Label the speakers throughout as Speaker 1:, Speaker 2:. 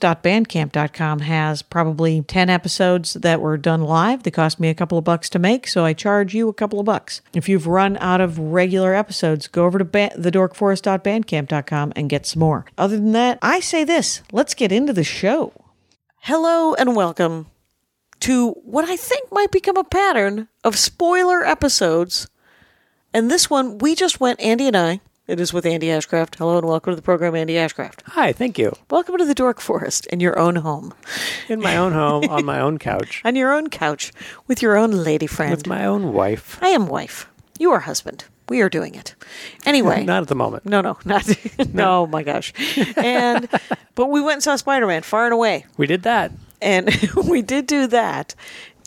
Speaker 1: TheDorkForest.bandcamp.com has probably 10 episodes that were done live. They cost me a couple of bucks to make, so I charge you a couple of bucks. If you've run out of regular episodes, go over to ba- TheDorkForest.bandcamp.com and get some more. Other than that, I say this let's get into the show. Hello and welcome to what I think might become a pattern of spoiler episodes. And this one, we just went, Andy and I. It is with Andy Ashcraft. Hello and welcome to the program, Andy Ashcraft.
Speaker 2: Hi, thank you.
Speaker 1: Welcome to the Dork Forest in your own home,
Speaker 2: In my own home, on my own couch,
Speaker 1: on your own couch, with your own lady friend.
Speaker 2: with my own wife.
Speaker 1: I am wife. You are husband. We are doing it. Anyway.
Speaker 2: Not at the moment.
Speaker 1: no, no, not. no, my gosh. And, but we went and saw Spider Man far and away.
Speaker 2: We did that.
Speaker 1: and we did do that.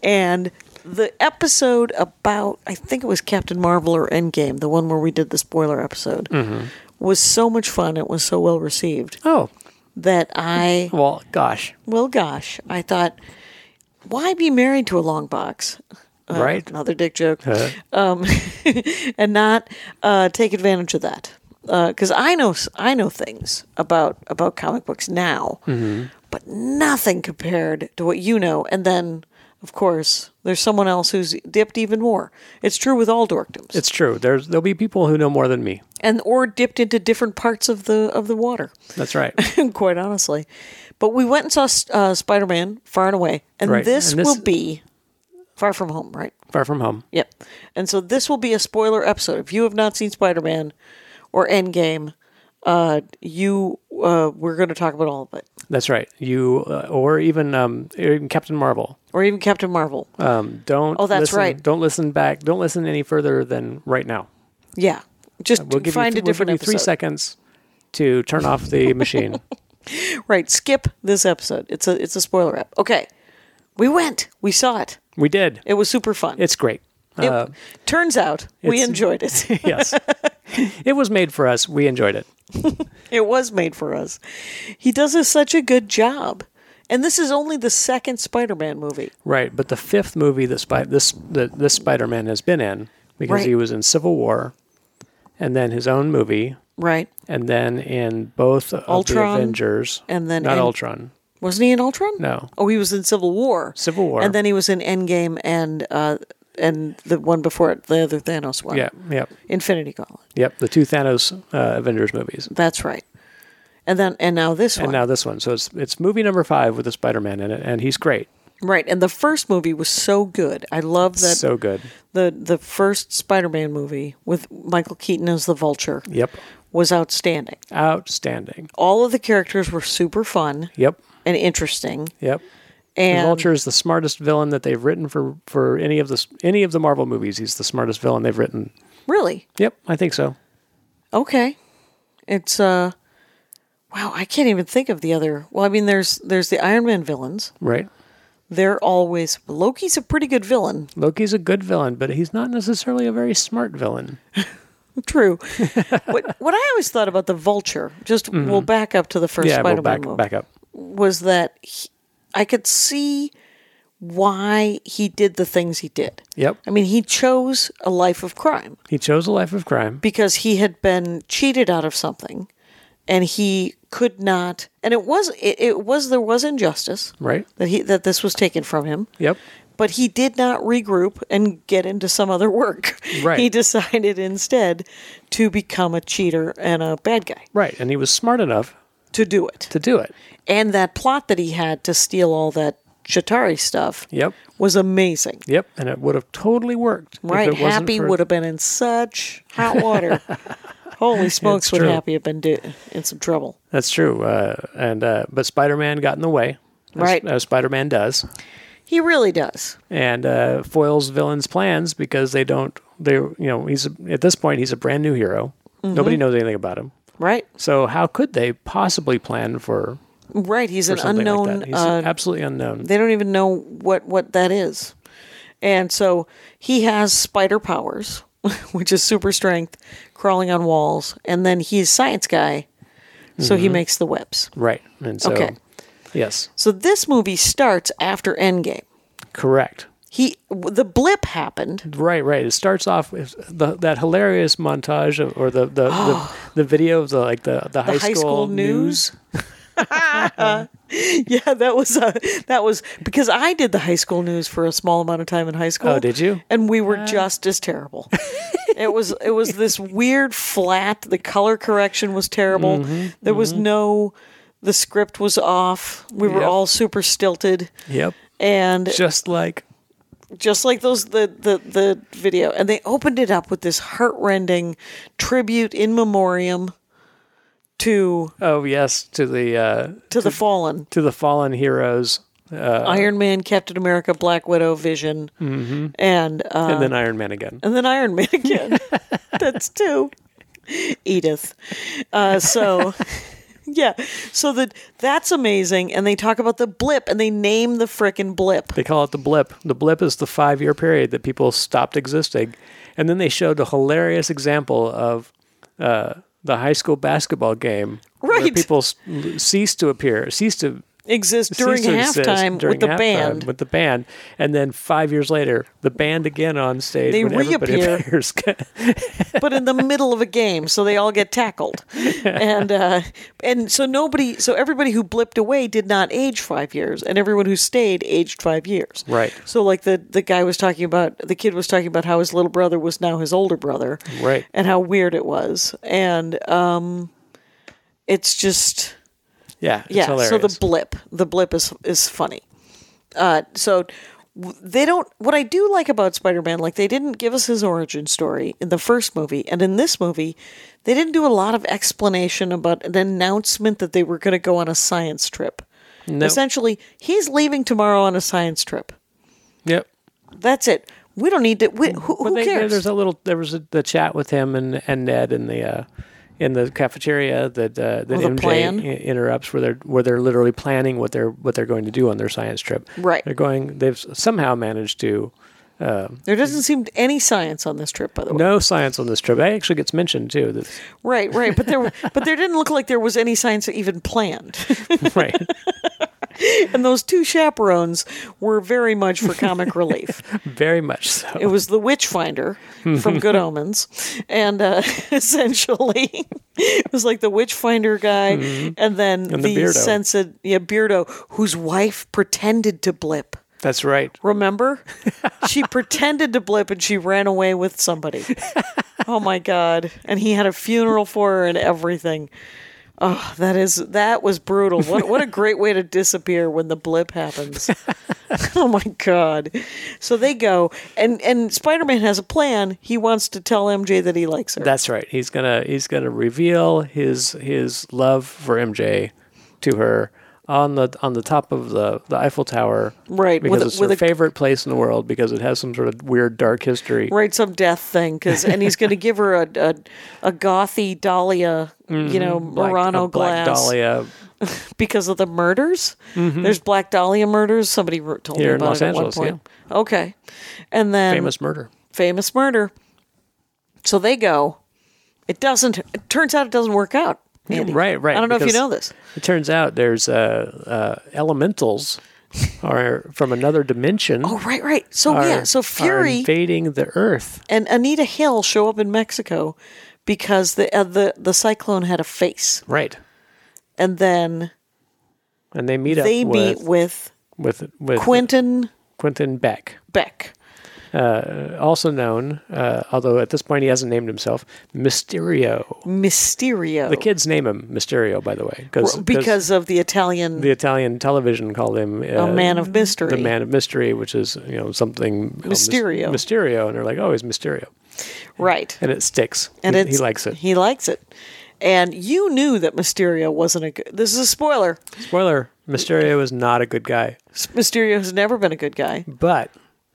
Speaker 1: And the episode about, I think it was Captain Marvel or Endgame, the one where we did the spoiler episode,
Speaker 2: Mm-hmm.
Speaker 1: was so much fun. It was so well received
Speaker 2: Oh,
Speaker 1: that I,
Speaker 2: well, gosh,
Speaker 1: well, gosh, I thought, why be married to a long box? Uh,
Speaker 2: Right.
Speaker 1: Another dick joke.
Speaker 2: Uh.
Speaker 1: Um, and not uh, take advantage of that. Because I know I know things about about comic books now, but nothing compared to what you know. And then, of course, there's someone else who's dipped even more. It's true with all dorkdoms,
Speaker 2: it's true. There's there'll be people who know more than me.
Speaker 1: and or dipped into different parts of the of the water.
Speaker 2: That's right.
Speaker 1: quite honestly. But we went and saw uh, Spider Man Far and Away, and,
Speaker 2: Right,
Speaker 1: this
Speaker 2: and this-
Speaker 1: will be Far From Home, right?
Speaker 2: Far from home.
Speaker 1: Yep. And so this will be a spoiler episode. If you have not seen Spider Man or Endgame, uh, you uh, we're going to talk about all of it,
Speaker 2: That's right. You uh, or even um, even Captain Marvel.
Speaker 1: or even Captain Marvel.
Speaker 2: Um, don't.
Speaker 1: Oh, that's
Speaker 2: listen-
Speaker 1: right.
Speaker 2: Don't listen back. Don't listen any further than right now.
Speaker 1: yeah, just
Speaker 2: We'll give
Speaker 1: find
Speaker 2: you,
Speaker 1: a
Speaker 2: th- we'll
Speaker 1: different
Speaker 2: give you three
Speaker 1: episode.
Speaker 2: seconds to turn off the machine.
Speaker 1: Right, skip this episode. It's a it's a spoiler app. Okay, we went, we saw it.
Speaker 2: we did.
Speaker 1: It was super fun.
Speaker 2: It's great.
Speaker 1: It-
Speaker 2: Uh,
Speaker 1: turns out we
Speaker 2: it's-
Speaker 1: enjoyed it.
Speaker 2: yes. It was made for us. We enjoyed it.
Speaker 1: It was made for us. He does a, such a good job. And this is only the second Spider Man movie.
Speaker 2: Right, but the fifth movie that Spy- this that this Spider Man has been in because
Speaker 1: Right.
Speaker 2: he was in Civil War, and then his own movie,
Speaker 1: Right.
Speaker 2: and then in both
Speaker 1: Ultron,
Speaker 2: of the Avengers,
Speaker 1: and then
Speaker 2: not
Speaker 1: End-
Speaker 2: Ultron.
Speaker 1: Wasn't he in Ultron?
Speaker 2: No.
Speaker 1: Oh, he was in Civil War.
Speaker 2: Civil War.
Speaker 1: And then he was in Endgame and uh, and the one before it, the other Thanos one.
Speaker 2: Yeah, yep,
Speaker 1: Infinity Gauntlet.
Speaker 2: yep. The two Thanos uh, Avengers movies,
Speaker 1: That's right. And then and now this
Speaker 2: and
Speaker 1: one.
Speaker 2: now this one. So it's it's movie number five with the Spider Man in it, and he's great,
Speaker 1: right. And the first movie was so good. I love that
Speaker 2: so good.
Speaker 1: the the first Spider Man movie with Michael Keaton as the vulture
Speaker 2: Yep,
Speaker 1: was outstanding.
Speaker 2: outstanding.
Speaker 1: All of the characters were super fun
Speaker 2: Yep,
Speaker 1: and interesting.
Speaker 2: yep.
Speaker 1: And
Speaker 2: Vulture is the smartest villain that they've written for for any of the s- any of the Marvel movies. He's the smartest villain they've written.
Speaker 1: really,
Speaker 2: Yep, I think so.
Speaker 1: okay, it's uh, wow, I can't even think of the other. Well, I mean, there's there's the Iron Man villains.
Speaker 2: Right.
Speaker 1: They're always Loki's a pretty good villain.
Speaker 2: Loki's a good villain, but he's not necessarily a very smart villain.
Speaker 1: True. what, what I always thought about the Vulture, just we'll back up to the first
Speaker 2: Mm-hmm. yeah,
Speaker 1: Spider-Man
Speaker 2: we'll back
Speaker 1: movie.
Speaker 2: back up.
Speaker 1: was that he, I could see why he did the things he did.
Speaker 2: Yep.
Speaker 1: I mean, he chose a life of crime
Speaker 2: He chose a life of crime.
Speaker 1: because he had been cheated out of something and he could not and it was it, it was there was injustice
Speaker 2: Right.
Speaker 1: that he that this was taken from him.
Speaker 2: Yep.
Speaker 1: But he did not regroup and get into some other work.
Speaker 2: Right.
Speaker 1: He decided instead to become a cheater and a bad guy
Speaker 2: Right. And he was smart enough
Speaker 1: to do it.
Speaker 2: to do it.
Speaker 1: and that plot that he had to steal all that Shatari stuff
Speaker 2: Yep.
Speaker 1: was amazing.
Speaker 2: Yep. And it would have totally worked. if
Speaker 1: Right,
Speaker 2: it wasn't
Speaker 1: Happy
Speaker 2: for-
Speaker 1: would have been in such hot water. Holy smokes, would
Speaker 2: true.
Speaker 1: Happy have been do- in some trouble?
Speaker 2: That's true. Uh, and uh, but Spider Man got in the way. as-
Speaker 1: Right.
Speaker 2: As Spider Man does.
Speaker 1: He really does.
Speaker 2: and uh, foils villains' plans because they don't. They, you know, he's at this point he's a brand new hero.
Speaker 1: Mm-hmm.
Speaker 2: Nobody knows anything about him.
Speaker 1: Right,
Speaker 2: So how could they possibly plan for,
Speaker 1: right. He's
Speaker 2: for
Speaker 1: an
Speaker 2: something
Speaker 1: unknown.
Speaker 2: like that? He's
Speaker 1: uh,
Speaker 2: absolutely unknown.
Speaker 1: they don't even know what what that is, and so he has spider powers, which is super strength, crawling on walls, and then he's science guy, so he makes the webs.
Speaker 2: right. And so,
Speaker 1: Okay.
Speaker 2: yes,
Speaker 1: So this movie starts after Endgame.
Speaker 2: correct.
Speaker 1: he the blip happened
Speaker 2: Right, right. It starts off with the, that hilarious montage of, or the the, the the video of the like the the, high,
Speaker 1: high school news. yeah that was uh that was because i did the high school news for a small amount of time in high school
Speaker 2: Oh, did you?
Speaker 1: and we were just as terrible it was it was this weird flat the color correction was terrible
Speaker 2: Mm-hmm,
Speaker 1: there was no the script was off we were
Speaker 2: Yep.
Speaker 1: all super stilted
Speaker 2: Yep.
Speaker 1: and
Speaker 2: Just like
Speaker 1: just like those the the the video and they opened it up with this heartrending tribute in memoriam to
Speaker 2: oh yes to the uh,
Speaker 1: to the fallen
Speaker 2: to the fallen heroes
Speaker 1: iron man captain america black widow vision and uh
Speaker 2: and then Iron Man again.
Speaker 1: and then iron man again that's two edith uh so yeah so that that's amazing and they talk about the blip and they name the frickin' blip
Speaker 2: They call it the blip. The blip is the five year period that people stopped existing. And then they showed a hilarious example of uh, the high school basketball game where
Speaker 1: Right.
Speaker 2: people s- ceased to appear, ceased to.
Speaker 1: exists
Speaker 2: ceased
Speaker 1: during
Speaker 2: to exist
Speaker 1: halftime
Speaker 2: during
Speaker 1: with the
Speaker 2: halftime
Speaker 1: band
Speaker 2: with the band, and then five years later, the band again on stage.
Speaker 1: They
Speaker 2: when everybody
Speaker 1: reappear.
Speaker 2: appears.
Speaker 1: but in the middle of a game, so they all get tackled, and uh, and so nobody, so everybody who blipped away did not age five years, and everyone who stayed aged five years.
Speaker 2: Right.
Speaker 1: So like the the guy was talking about the kid was talking about how his little brother was now his older brother.
Speaker 2: Right.
Speaker 1: And how weird it was, and um, it's just
Speaker 2: yeah, it's
Speaker 1: yeah.
Speaker 2: hilarious.
Speaker 1: So the blip, the blip is is funny. Uh, so w- they don't. What I do like about Spider Man, like they didn't give us his origin story in the first movie, and in this movie, they didn't do a lot of explanation about an announcement that they were going to go on a science trip. Essentially, he's leaving tomorrow on a science trip.
Speaker 2: yep.
Speaker 1: That's it. We don't need to. We, who
Speaker 2: But
Speaker 1: who
Speaker 2: they-
Speaker 1: cares?
Speaker 2: There's a little. There was a, the chat with him and, and Ned in the uh, in the cafeteria that uh, that
Speaker 1: Oh, the
Speaker 2: MJ
Speaker 1: plan.
Speaker 2: i- interrupts where they're where they're literally planning what they're what they're going to do on their science trip.
Speaker 1: Right.
Speaker 2: They're going. They've somehow managed to
Speaker 1: there doesn't seem any science on this trip, by the way.
Speaker 2: no science on this trip. That actually gets mentioned too. That's,
Speaker 1: Right, right. But there, but there didn't look like there was any science even planned.
Speaker 2: right.
Speaker 1: And those two chaperones were very much for comic relief.
Speaker 2: Very much so.
Speaker 1: It was the witch finder from Good Omens, and uh, essentially, it was like the witch finder guy, and then
Speaker 2: Mm-hmm. And the
Speaker 1: the,
Speaker 2: Beardo.
Speaker 1: sensitive yeah, beardo whose wife pretended to blip.
Speaker 2: That's right.
Speaker 1: Remember, she pretended to blip and she ran away with somebody. Oh my god! And he had a funeral for her and everything. Oh, that is that was brutal. What what a great way to disappear when the blip happens. oh my god. So they go and and Spider-Man has a plan. He wants to tell MJ that he likes her.
Speaker 2: That's right. He's gonna he's gonna reveal his his love for MJ to her on the on the top of the, the Eiffel Tower,
Speaker 1: Right, with
Speaker 2: Because
Speaker 1: a-
Speaker 2: it's her
Speaker 1: with a-
Speaker 2: favorite place in the world because it has some sort of weird dark history.
Speaker 1: Right, some death thing, 'cause- and he's going to give her a a, a gothy Dahlia, you know,
Speaker 2: Mm-hmm. Black- a
Speaker 1: Murano
Speaker 2: black
Speaker 1: glass
Speaker 2: dahlia
Speaker 1: because of the murders. There's Black Dahlia murders. Somebody wr- told
Speaker 2: Mm-hmm. Here
Speaker 1: me
Speaker 2: in
Speaker 1: about
Speaker 2: Los
Speaker 1: it
Speaker 2: Angeles,
Speaker 1: at one point. Okay, and then
Speaker 2: famous murder.
Speaker 1: famous murder. So they go. It doesn't. It turns out it doesn't work out. Andy.
Speaker 2: right, right,
Speaker 1: I don't know if you
Speaker 2: because-
Speaker 1: know this.
Speaker 2: It turns out there's uh, uh, elementals are from another dimension.
Speaker 1: Oh, right, right. So
Speaker 2: are-
Speaker 1: yeah, so
Speaker 2: are
Speaker 1: Fury
Speaker 2: invading the Earth.
Speaker 1: and Anita Hill show up in Mexico because the uh, the the cyclone had a face,
Speaker 2: Right.
Speaker 1: and then
Speaker 2: And they meet
Speaker 1: they
Speaker 2: up
Speaker 1: meet
Speaker 2: with
Speaker 1: with
Speaker 2: with, with
Speaker 1: Quentin
Speaker 2: Quentin Beck,
Speaker 1: Beck.
Speaker 2: also known, uh, although at this point he hasn't named himself, Mysterio.
Speaker 1: Mysterio.
Speaker 2: The kids name him Mysterio, by the way, cause,
Speaker 1: Oh. Well, because of the Italian
Speaker 2: the Italian television called him uh,
Speaker 1: a man of mystery.
Speaker 2: the Man of Mystery, which is you know something uh, mys-
Speaker 1: Mysterio.
Speaker 2: Mysterio, and they're like, oh, he's Mysterio,
Speaker 1: right.
Speaker 2: and it sticks.
Speaker 1: And
Speaker 2: he,
Speaker 1: it's,
Speaker 2: he likes it.
Speaker 1: He likes it. And you knew that Mysterio wasn't a good This is a spoiler.
Speaker 2: Spoiler: Mysterio is not a good guy,
Speaker 1: Mysterio has never been a good guy.
Speaker 2: but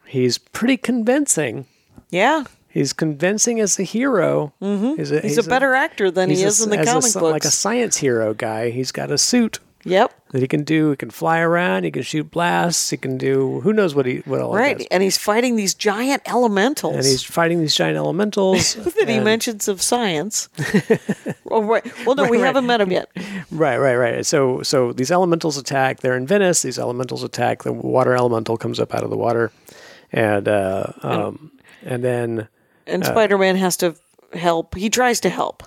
Speaker 2: he's pretty convincing.
Speaker 1: Yeah.
Speaker 2: He's convincing as a hero. Mm-hmm. He's, a,
Speaker 1: He's, a better actor than he
Speaker 2: he's a
Speaker 1: is in the
Speaker 2: as a
Speaker 1: comic
Speaker 2: sci-
Speaker 1: books.
Speaker 2: Like a science hero guy, he's got a suit
Speaker 1: yep.
Speaker 2: that he can do. He can fly around. He can shoot blasts. He can do who knows what he what all he
Speaker 1: Right.
Speaker 2: does.
Speaker 1: And he's fighting these giant elementals.
Speaker 2: And he's fighting these giant elementals.
Speaker 1: that he
Speaker 2: and-
Speaker 1: mentions of science. oh, right. Well, no, we
Speaker 2: right.
Speaker 1: haven't met him yet.
Speaker 2: Right, right, right. So, so these elementals attack. They're in Venice. These elementals attack. The water elemental comes up out of the water, and uh, um, and then
Speaker 1: And
Speaker 2: Uh,
Speaker 1: Spider Man has to help. He tries to help.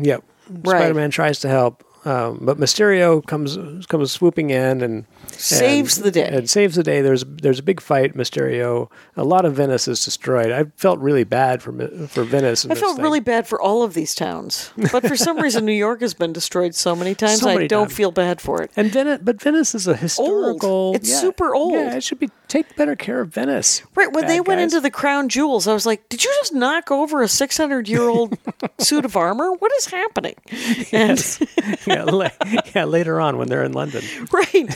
Speaker 2: yep, Spider-Man tries to help, um, but Mysterio comes comes swooping in and
Speaker 1: Saves
Speaker 2: and-
Speaker 1: the day.
Speaker 2: And saves the day. There's there's a big fight. Mysterio. A lot of Venice is destroyed. I felt really bad for Mi- for Venice. in
Speaker 1: I
Speaker 2: this
Speaker 1: felt
Speaker 2: thing.
Speaker 1: really bad for all of these towns, but for some reason, New York has been destroyed so many times.
Speaker 2: So
Speaker 1: I
Speaker 2: many
Speaker 1: don't
Speaker 2: times.
Speaker 1: feel bad for it.
Speaker 2: And Venice, but Venice is a historical.
Speaker 1: It's super old.
Speaker 2: Yeah, it should be take better care of Venice.
Speaker 1: Right when
Speaker 2: bad
Speaker 1: they went
Speaker 2: guys.
Speaker 1: into the crown jewels, I was like, "Did you just knock over a six hundred year old suit of armor? What is happening?" And
Speaker 2: yeah, la- yeah, later on when they're in London.
Speaker 1: right,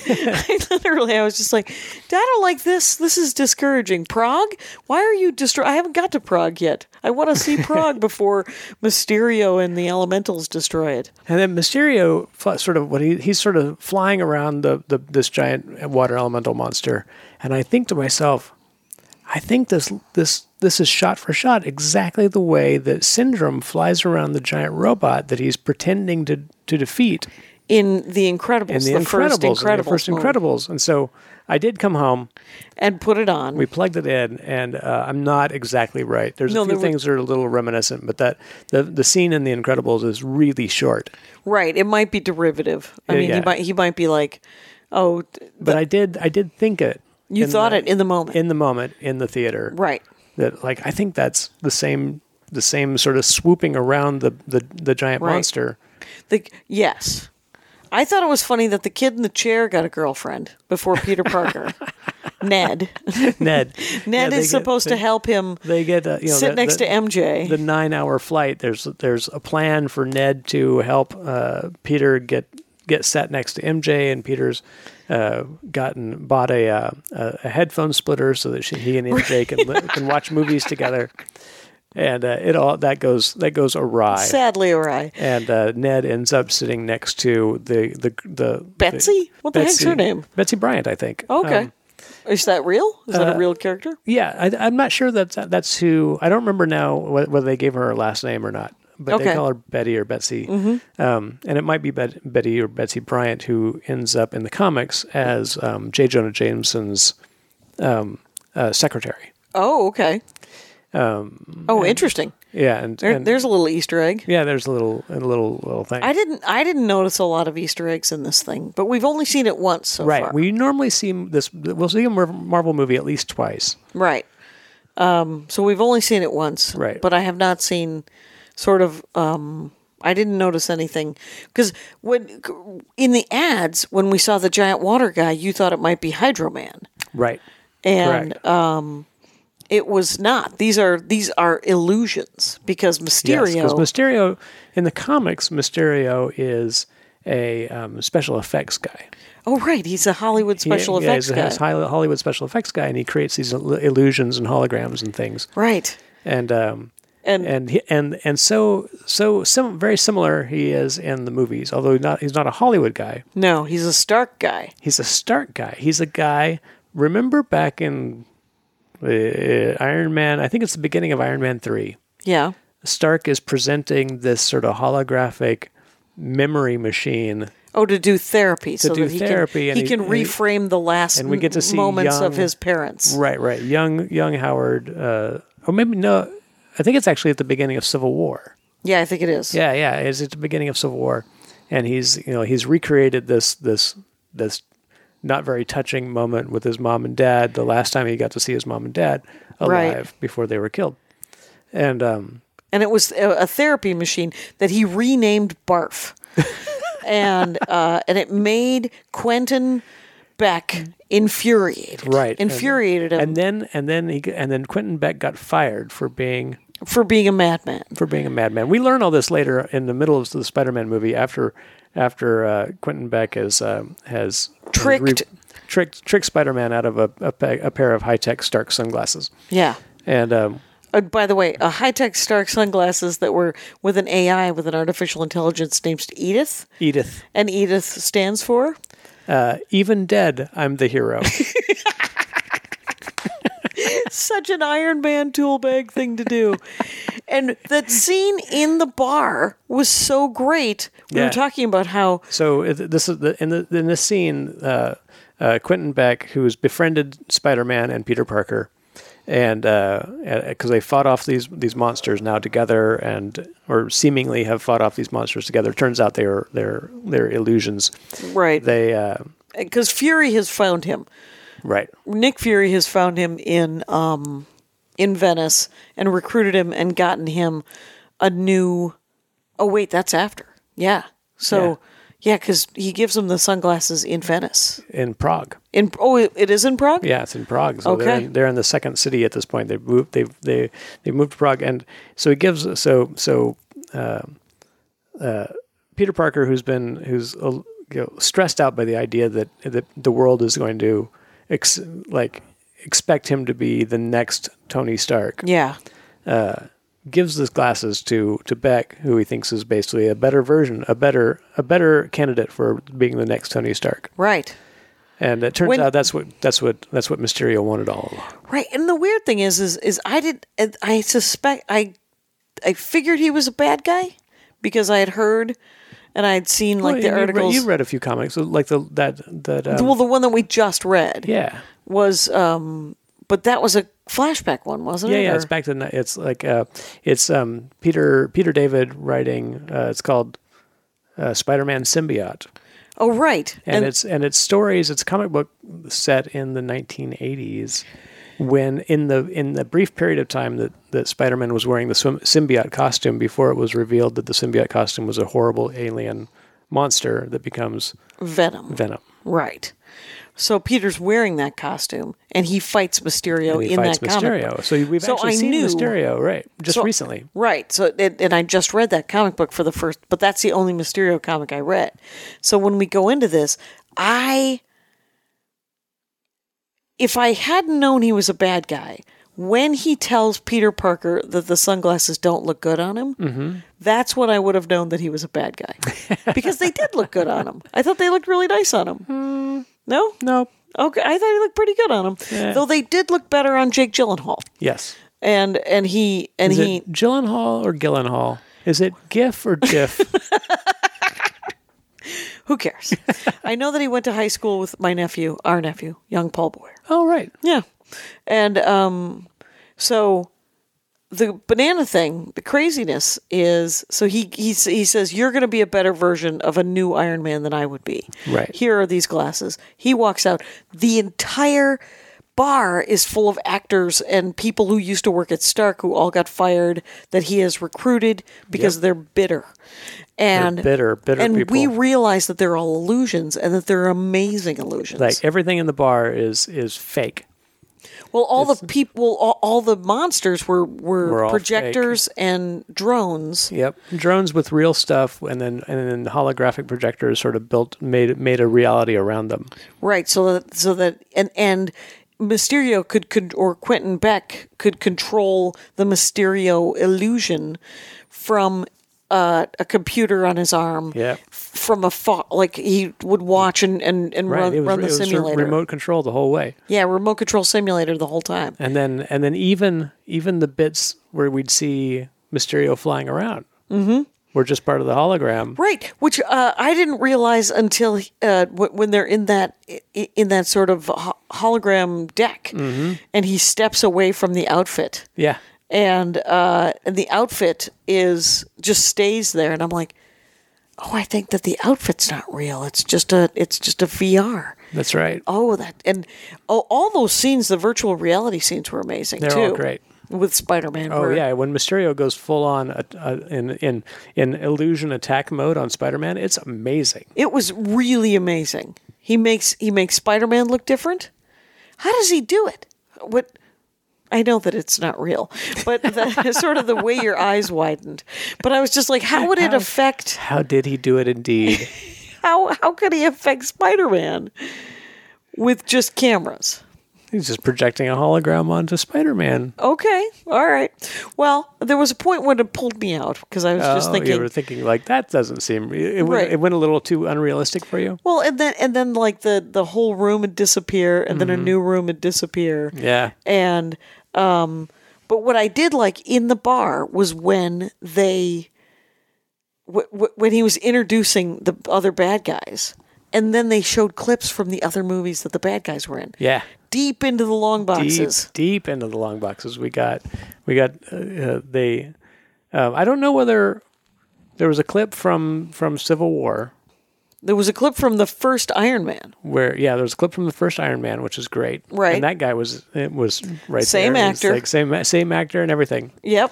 Speaker 1: I literally, I was just like, "I don't like this. This is discouraging." Prague? Why are you destroyed? I haven't got to Prague yet. I want to see Prague before Mysterio and the Elementals destroy it.
Speaker 2: And then Mysterio fl- sort of what he he's sort of flying around the, the this giant water elemental monster. And I think to myself, I think this this this is shot for shot exactly the way that Syndrome flies around the giant robot that he's pretending to to defeat
Speaker 1: In the Incredibles,
Speaker 2: in the,
Speaker 1: the
Speaker 2: Incredibles,
Speaker 1: first
Speaker 2: in
Speaker 1: Incredibles,
Speaker 2: the first
Speaker 1: movie.
Speaker 2: Incredibles. And so I did come home.
Speaker 1: and put it on.
Speaker 2: We plugged it in, and uh, I'm not exactly right. There's
Speaker 1: No,
Speaker 2: a few
Speaker 1: there were-
Speaker 2: things that are a little reminiscent, but that the the scene in The Incredibles is really short.
Speaker 1: Right. It might be derivative. I
Speaker 2: Yeah,
Speaker 1: mean,
Speaker 2: yeah.
Speaker 1: he might he might be like, oh, th-
Speaker 2: But I did I did think it.
Speaker 1: you
Speaker 2: in
Speaker 1: thought
Speaker 2: the-
Speaker 1: it in the moment.
Speaker 2: in the moment in the theater.
Speaker 1: right.
Speaker 2: That like I think that's the same the same sort of swooping around the the, the giant
Speaker 1: Right.
Speaker 2: monster.
Speaker 1: The yes. I thought it was funny that the kid in the chair got a girlfriend before Peter Parker. Ned.
Speaker 2: Ned.
Speaker 1: Ned is supposed to help
Speaker 2: help.
Speaker 1: him
Speaker 2: they get uh, you know
Speaker 1: sit
Speaker 2: the-
Speaker 1: next
Speaker 2: the-
Speaker 1: to MJ.
Speaker 2: The nine-hour flight. There's there's a plan for Ned to help uh, Peter get get sat next to MJ, and Peter's uh, gotten bought a, uh, a a headphone splitter so that she, he and MJ can li- can watch movies together. And uh, it all that goes that goes awry.
Speaker 1: sadly, or I.
Speaker 2: And uh, Ned ends up sitting next to the the the
Speaker 1: Betsy? What the heck's her name?
Speaker 2: Betsy Bryant, I think.
Speaker 1: Okay.
Speaker 2: Um, uh,
Speaker 1: is that real? Is that a real character?
Speaker 2: yeah, I, I'm not sure that that's who. I don't remember now wh- whether they gave her her last name or not, but
Speaker 1: Okay. Mm-hmm.
Speaker 2: they call her Betty or Betsy, um, and it might be Bet- Betty or Betsy Bryant who ends up in the comics as um, J. Jonah Jameson's um, uh, secretary.
Speaker 1: Oh, okay. Um, oh, interesting.
Speaker 2: Yeah, and,
Speaker 1: There,
Speaker 2: and-
Speaker 1: there's a little Easter egg.
Speaker 2: yeah, there's a little a little little thing.
Speaker 1: I didn't. I didn't notice a lot of Easter eggs in this thing, but we've only seen it once so
Speaker 2: right,
Speaker 1: far.
Speaker 2: we normally see this. We'll see a Mar- Marvel movie at least twice.
Speaker 1: right. Um, so we've only seen it once.
Speaker 2: Right.
Speaker 1: But I have not seen sort of. Um, I didn't notice anything because when in the ads when we saw the giant water guy, you thought it might be Hydro Man,
Speaker 2: Right.
Speaker 1: and
Speaker 2: Correct.
Speaker 1: um, it was not. These are these are illusions because Mysterio.
Speaker 2: Yes, because Mysterio in the comics, Mysterio is a um, special effects guy.
Speaker 1: Oh, right. He's a Hollywood
Speaker 2: He-
Speaker 1: special
Speaker 2: yeah,
Speaker 1: effects
Speaker 2: he's a-
Speaker 1: guy.
Speaker 2: he's a Hol- Hollywood special effects guy, and he creates these il- illusions and holograms and things.
Speaker 1: right.
Speaker 2: And um,
Speaker 1: And,
Speaker 2: and he, and and so so sim- very similar he is in the movies, although not he's not a Hollywood guy.
Speaker 1: no, he's a Stark guy.
Speaker 2: He's a Stark guy. He's a guy. Remember back in uh, Iron Man, I think it's the beginning of Iron Man three.
Speaker 1: Yeah.
Speaker 2: Stark is presenting this sort of holographic memory machine,
Speaker 1: Oh, to do therapy. so
Speaker 2: do
Speaker 1: that he
Speaker 2: therapy
Speaker 1: Can,
Speaker 2: and
Speaker 1: he,
Speaker 2: he-
Speaker 1: can
Speaker 2: and he-
Speaker 1: reframe the last
Speaker 2: and we get to see
Speaker 1: moments of
Speaker 2: young-
Speaker 1: his parents.
Speaker 2: right? Right, young young Howard, uh, or maybe no, I think it's actually at the beginning of Civil War.
Speaker 1: Yeah, I think it is.
Speaker 2: Yeah, yeah. It's at the beginning of Civil War, and he's you know he's recreated this this this not very touching moment with his mom and dad. The last time he got to see his mom and dad
Speaker 1: Right.
Speaker 2: alive before they were killed, and um,
Speaker 1: and it was a, a therapy machine that he renamed Barf, and uh, and it made Quentin Beck infuriated.
Speaker 2: right and-
Speaker 1: infuriated him
Speaker 2: And then and then he and then Quentin Beck got fired for being
Speaker 1: for being a madman.
Speaker 2: for being a madman. We learn all this later in the middle of the Spider-Man movie after after uh, Quentin Beck has um, has
Speaker 1: Tricked.
Speaker 2: tricked tricked Spider-Man out of a, a, pa- a pair of high-tech Stark sunglasses.
Speaker 1: Yeah.
Speaker 2: And um,
Speaker 1: Uh, by the way, a high-tech Stark sunglasses that were with an AI with an artificial intelligence named Edith,
Speaker 2: Edith,
Speaker 1: and Edith stands for
Speaker 2: uh, even dead, I'm the hero.
Speaker 1: such an Iron Man tool bag thing to do. and that scene in the bar was so great. We
Speaker 2: Yeah.
Speaker 1: were talking about how
Speaker 2: so it- this is the in the in this scene, uh, uh, Quentin Beck, who's befriended Spider-Man and Peter Parker, and uh, because they fought off these these monsters now together, and or seemingly have fought off these monsters together. Turns out they are they're they're illusions.
Speaker 1: right
Speaker 2: They uh,
Speaker 1: because Fury has found him.
Speaker 2: right.
Speaker 1: Nick Fury has found him in um, in Venice and recruited him and gotten him a new. Oh wait, that's after. Yeah. So yeah, because he gives him the sunglasses in Venice.
Speaker 2: in Prague.
Speaker 1: In oh, it- it is in Prague.
Speaker 2: Yeah, it's in Prague. So they're,
Speaker 1: Okay.
Speaker 2: in, they're in the second city at this point. They've moved. They've they they moved to Prague, and so it gives. So so uh, uh, Peter Parker, who's been who's uh, you know, stressed out by the idea that that the world is going to ex- like expect him to be the next Tony Stark,
Speaker 1: Yeah.
Speaker 2: gives these glasses to to Beck, who he thinks is basically a better version, a better a better candidate for being the next Tony Stark.
Speaker 1: Right.
Speaker 2: And it turns
Speaker 1: When-
Speaker 2: out that's what that's what that's what Mysterio wanted all along.
Speaker 1: Right. And the weird thing is, is, is I did. I suspect I, I figured he was a bad guy because I had heard and I had seen like the
Speaker 2: Well, you- you read-
Speaker 1: articles.
Speaker 2: You read, a few comics, uh, like the that that. Um,
Speaker 1: well, the one that we just read.
Speaker 2: yeah,
Speaker 1: was um but that was a flashback one wasn't
Speaker 2: yeah,
Speaker 1: it
Speaker 2: yeah.
Speaker 1: Or-
Speaker 2: It's back to the, ni- it's like uh, it's um Peter Peter David writing. Uh, it's called uh, Spider-Man Symbiote,
Speaker 1: oh right
Speaker 2: and, it's and it's stories. It's a comic book set in the 1980s, when in the in the brief period of time that that Spider-Man was wearing the swim, symbiote costume before it was revealed that the symbiote costume was a horrible alien monster that becomes
Speaker 1: venom
Speaker 2: Venom.
Speaker 1: right so peter's wearing that costume and he fights mysterio
Speaker 2: He
Speaker 1: in
Speaker 2: fights
Speaker 1: that comic
Speaker 2: Mysterio.
Speaker 1: book.
Speaker 2: So we've
Speaker 1: So
Speaker 2: actually
Speaker 1: I
Speaker 2: seen
Speaker 1: knew-
Speaker 2: Mysterio, right? Just
Speaker 1: So-
Speaker 2: recently.
Speaker 1: right so and, and i just read that comic book for the first but that's the only mysterio comic i read so when we go into this i if i hadn't known he was a bad guy when he tells peter parker that the sunglasses don't look good on him
Speaker 2: Mm-hmm.
Speaker 1: that's when I would have known that he was a bad guy because they did look good on him. I thought they looked really nice on him. No,
Speaker 2: Hmm. No.
Speaker 1: okay, I thought he looked pretty good on him, though they did look better on Jake Gyllenhaal.
Speaker 2: Yes.
Speaker 1: And and he and
Speaker 2: Is
Speaker 1: he
Speaker 2: it Gyllenhaal or Gyllenhaal? Is it GIF or GIF?
Speaker 1: who cares? I know that he went to high school with my nephew, our nephew, young Paul Boyer.
Speaker 2: oh, right.
Speaker 1: Yeah, and um, so the banana thing, the craziness is. So he he s- he says you're going to be a better version of a new Iron Man than I would be.
Speaker 2: Right.
Speaker 1: Here are these glasses. He walks out. The entire bar is full of actors and people who used to work at Stark who all got fired that he has recruited because they're bitter. And
Speaker 2: bitter, bitter
Speaker 1: and we
Speaker 2: people.
Speaker 1: realize that they're all illusions and that they're amazing illusions.
Speaker 2: Like everything in the bar is is fake.
Speaker 1: Well, all the people, all, all the monsters were were,
Speaker 2: Were all fake.
Speaker 1: projectors and drones.
Speaker 2: Yep, drones with real stuff, and then and then holographic projectors sort of built made made a reality around them.
Speaker 1: Right. So that so that and and Mysterio could could or Quentin Beck could control the Mysterio illusion from uh, a computer on his arm.
Speaker 2: Yeah.
Speaker 1: From a fo- like he would watch and and, and
Speaker 2: Right,
Speaker 1: run,
Speaker 2: it was,
Speaker 1: run
Speaker 2: it
Speaker 1: the
Speaker 2: was sort of
Speaker 1: simulator.
Speaker 2: remote control the whole way,
Speaker 1: Yeah, remote control simulator the whole time.
Speaker 2: and then and then even even the bits where we'd see Mysterio flying around mm-hmm. were just part of the hologram.
Speaker 1: Right, which uh, I didn't realize until uh, w- when they're in that i- in that sort of ho- hologram deck,
Speaker 2: Mm-hmm.
Speaker 1: and he steps away from the outfit,
Speaker 2: Yeah,
Speaker 1: and uh, and the outfit is just stays there, and I'm like, oh, I think that the outfit's not real. It's just a it's just a VR.
Speaker 2: that's right.
Speaker 1: Oh, that and oh, all those scenes, the virtual reality scenes were amazing
Speaker 2: They're
Speaker 1: too.
Speaker 2: all great.
Speaker 1: with Spider-Man.
Speaker 2: Oh yeah, when Mysterio goes full on uh, uh, in in in illusion attack mode on Spider-Man, it's amazing.
Speaker 1: It was really amazing. He makes he makes Spider Man look different. How does he do it? What I know that it's not real, but the, sort of the way your eyes widened. But I was just like, how would it affect
Speaker 2: How did he do it? Indeed,
Speaker 1: how how could he affect Spider Man with just cameras?
Speaker 2: he's just projecting a hologram onto Spider-Man.
Speaker 1: Okay, all right. Well, there was a point when it pulled me out because I was just
Speaker 2: Oh,
Speaker 1: thinking,
Speaker 2: you were thinking like that doesn't seem it, it went-
Speaker 1: Right.
Speaker 2: it went a little too unrealistic for you.
Speaker 1: well, and then and then like the the whole room would disappear, and then a
Speaker 2: Mm-hmm.
Speaker 1: new room would disappear.
Speaker 2: Yeah.
Speaker 1: and um but what i did like in the bar was when they w- w- when he was introducing the other bad guys and then they showed clips from the other movies that the bad guys were in
Speaker 2: Yeah.
Speaker 1: deep into the long
Speaker 2: Deep,
Speaker 1: boxes
Speaker 2: deep into the long boxes we got we got uh, uh, they um, I don't know whether there was a clip from from Civil War
Speaker 1: there was a clip from the first iron man
Speaker 2: where yeah, there was a clip from the first Iron Man, which is great.
Speaker 1: Right.
Speaker 2: and that guy was it was right
Speaker 1: Same
Speaker 2: there. It's
Speaker 1: actor.
Speaker 2: like same same actor and everything.
Speaker 1: yep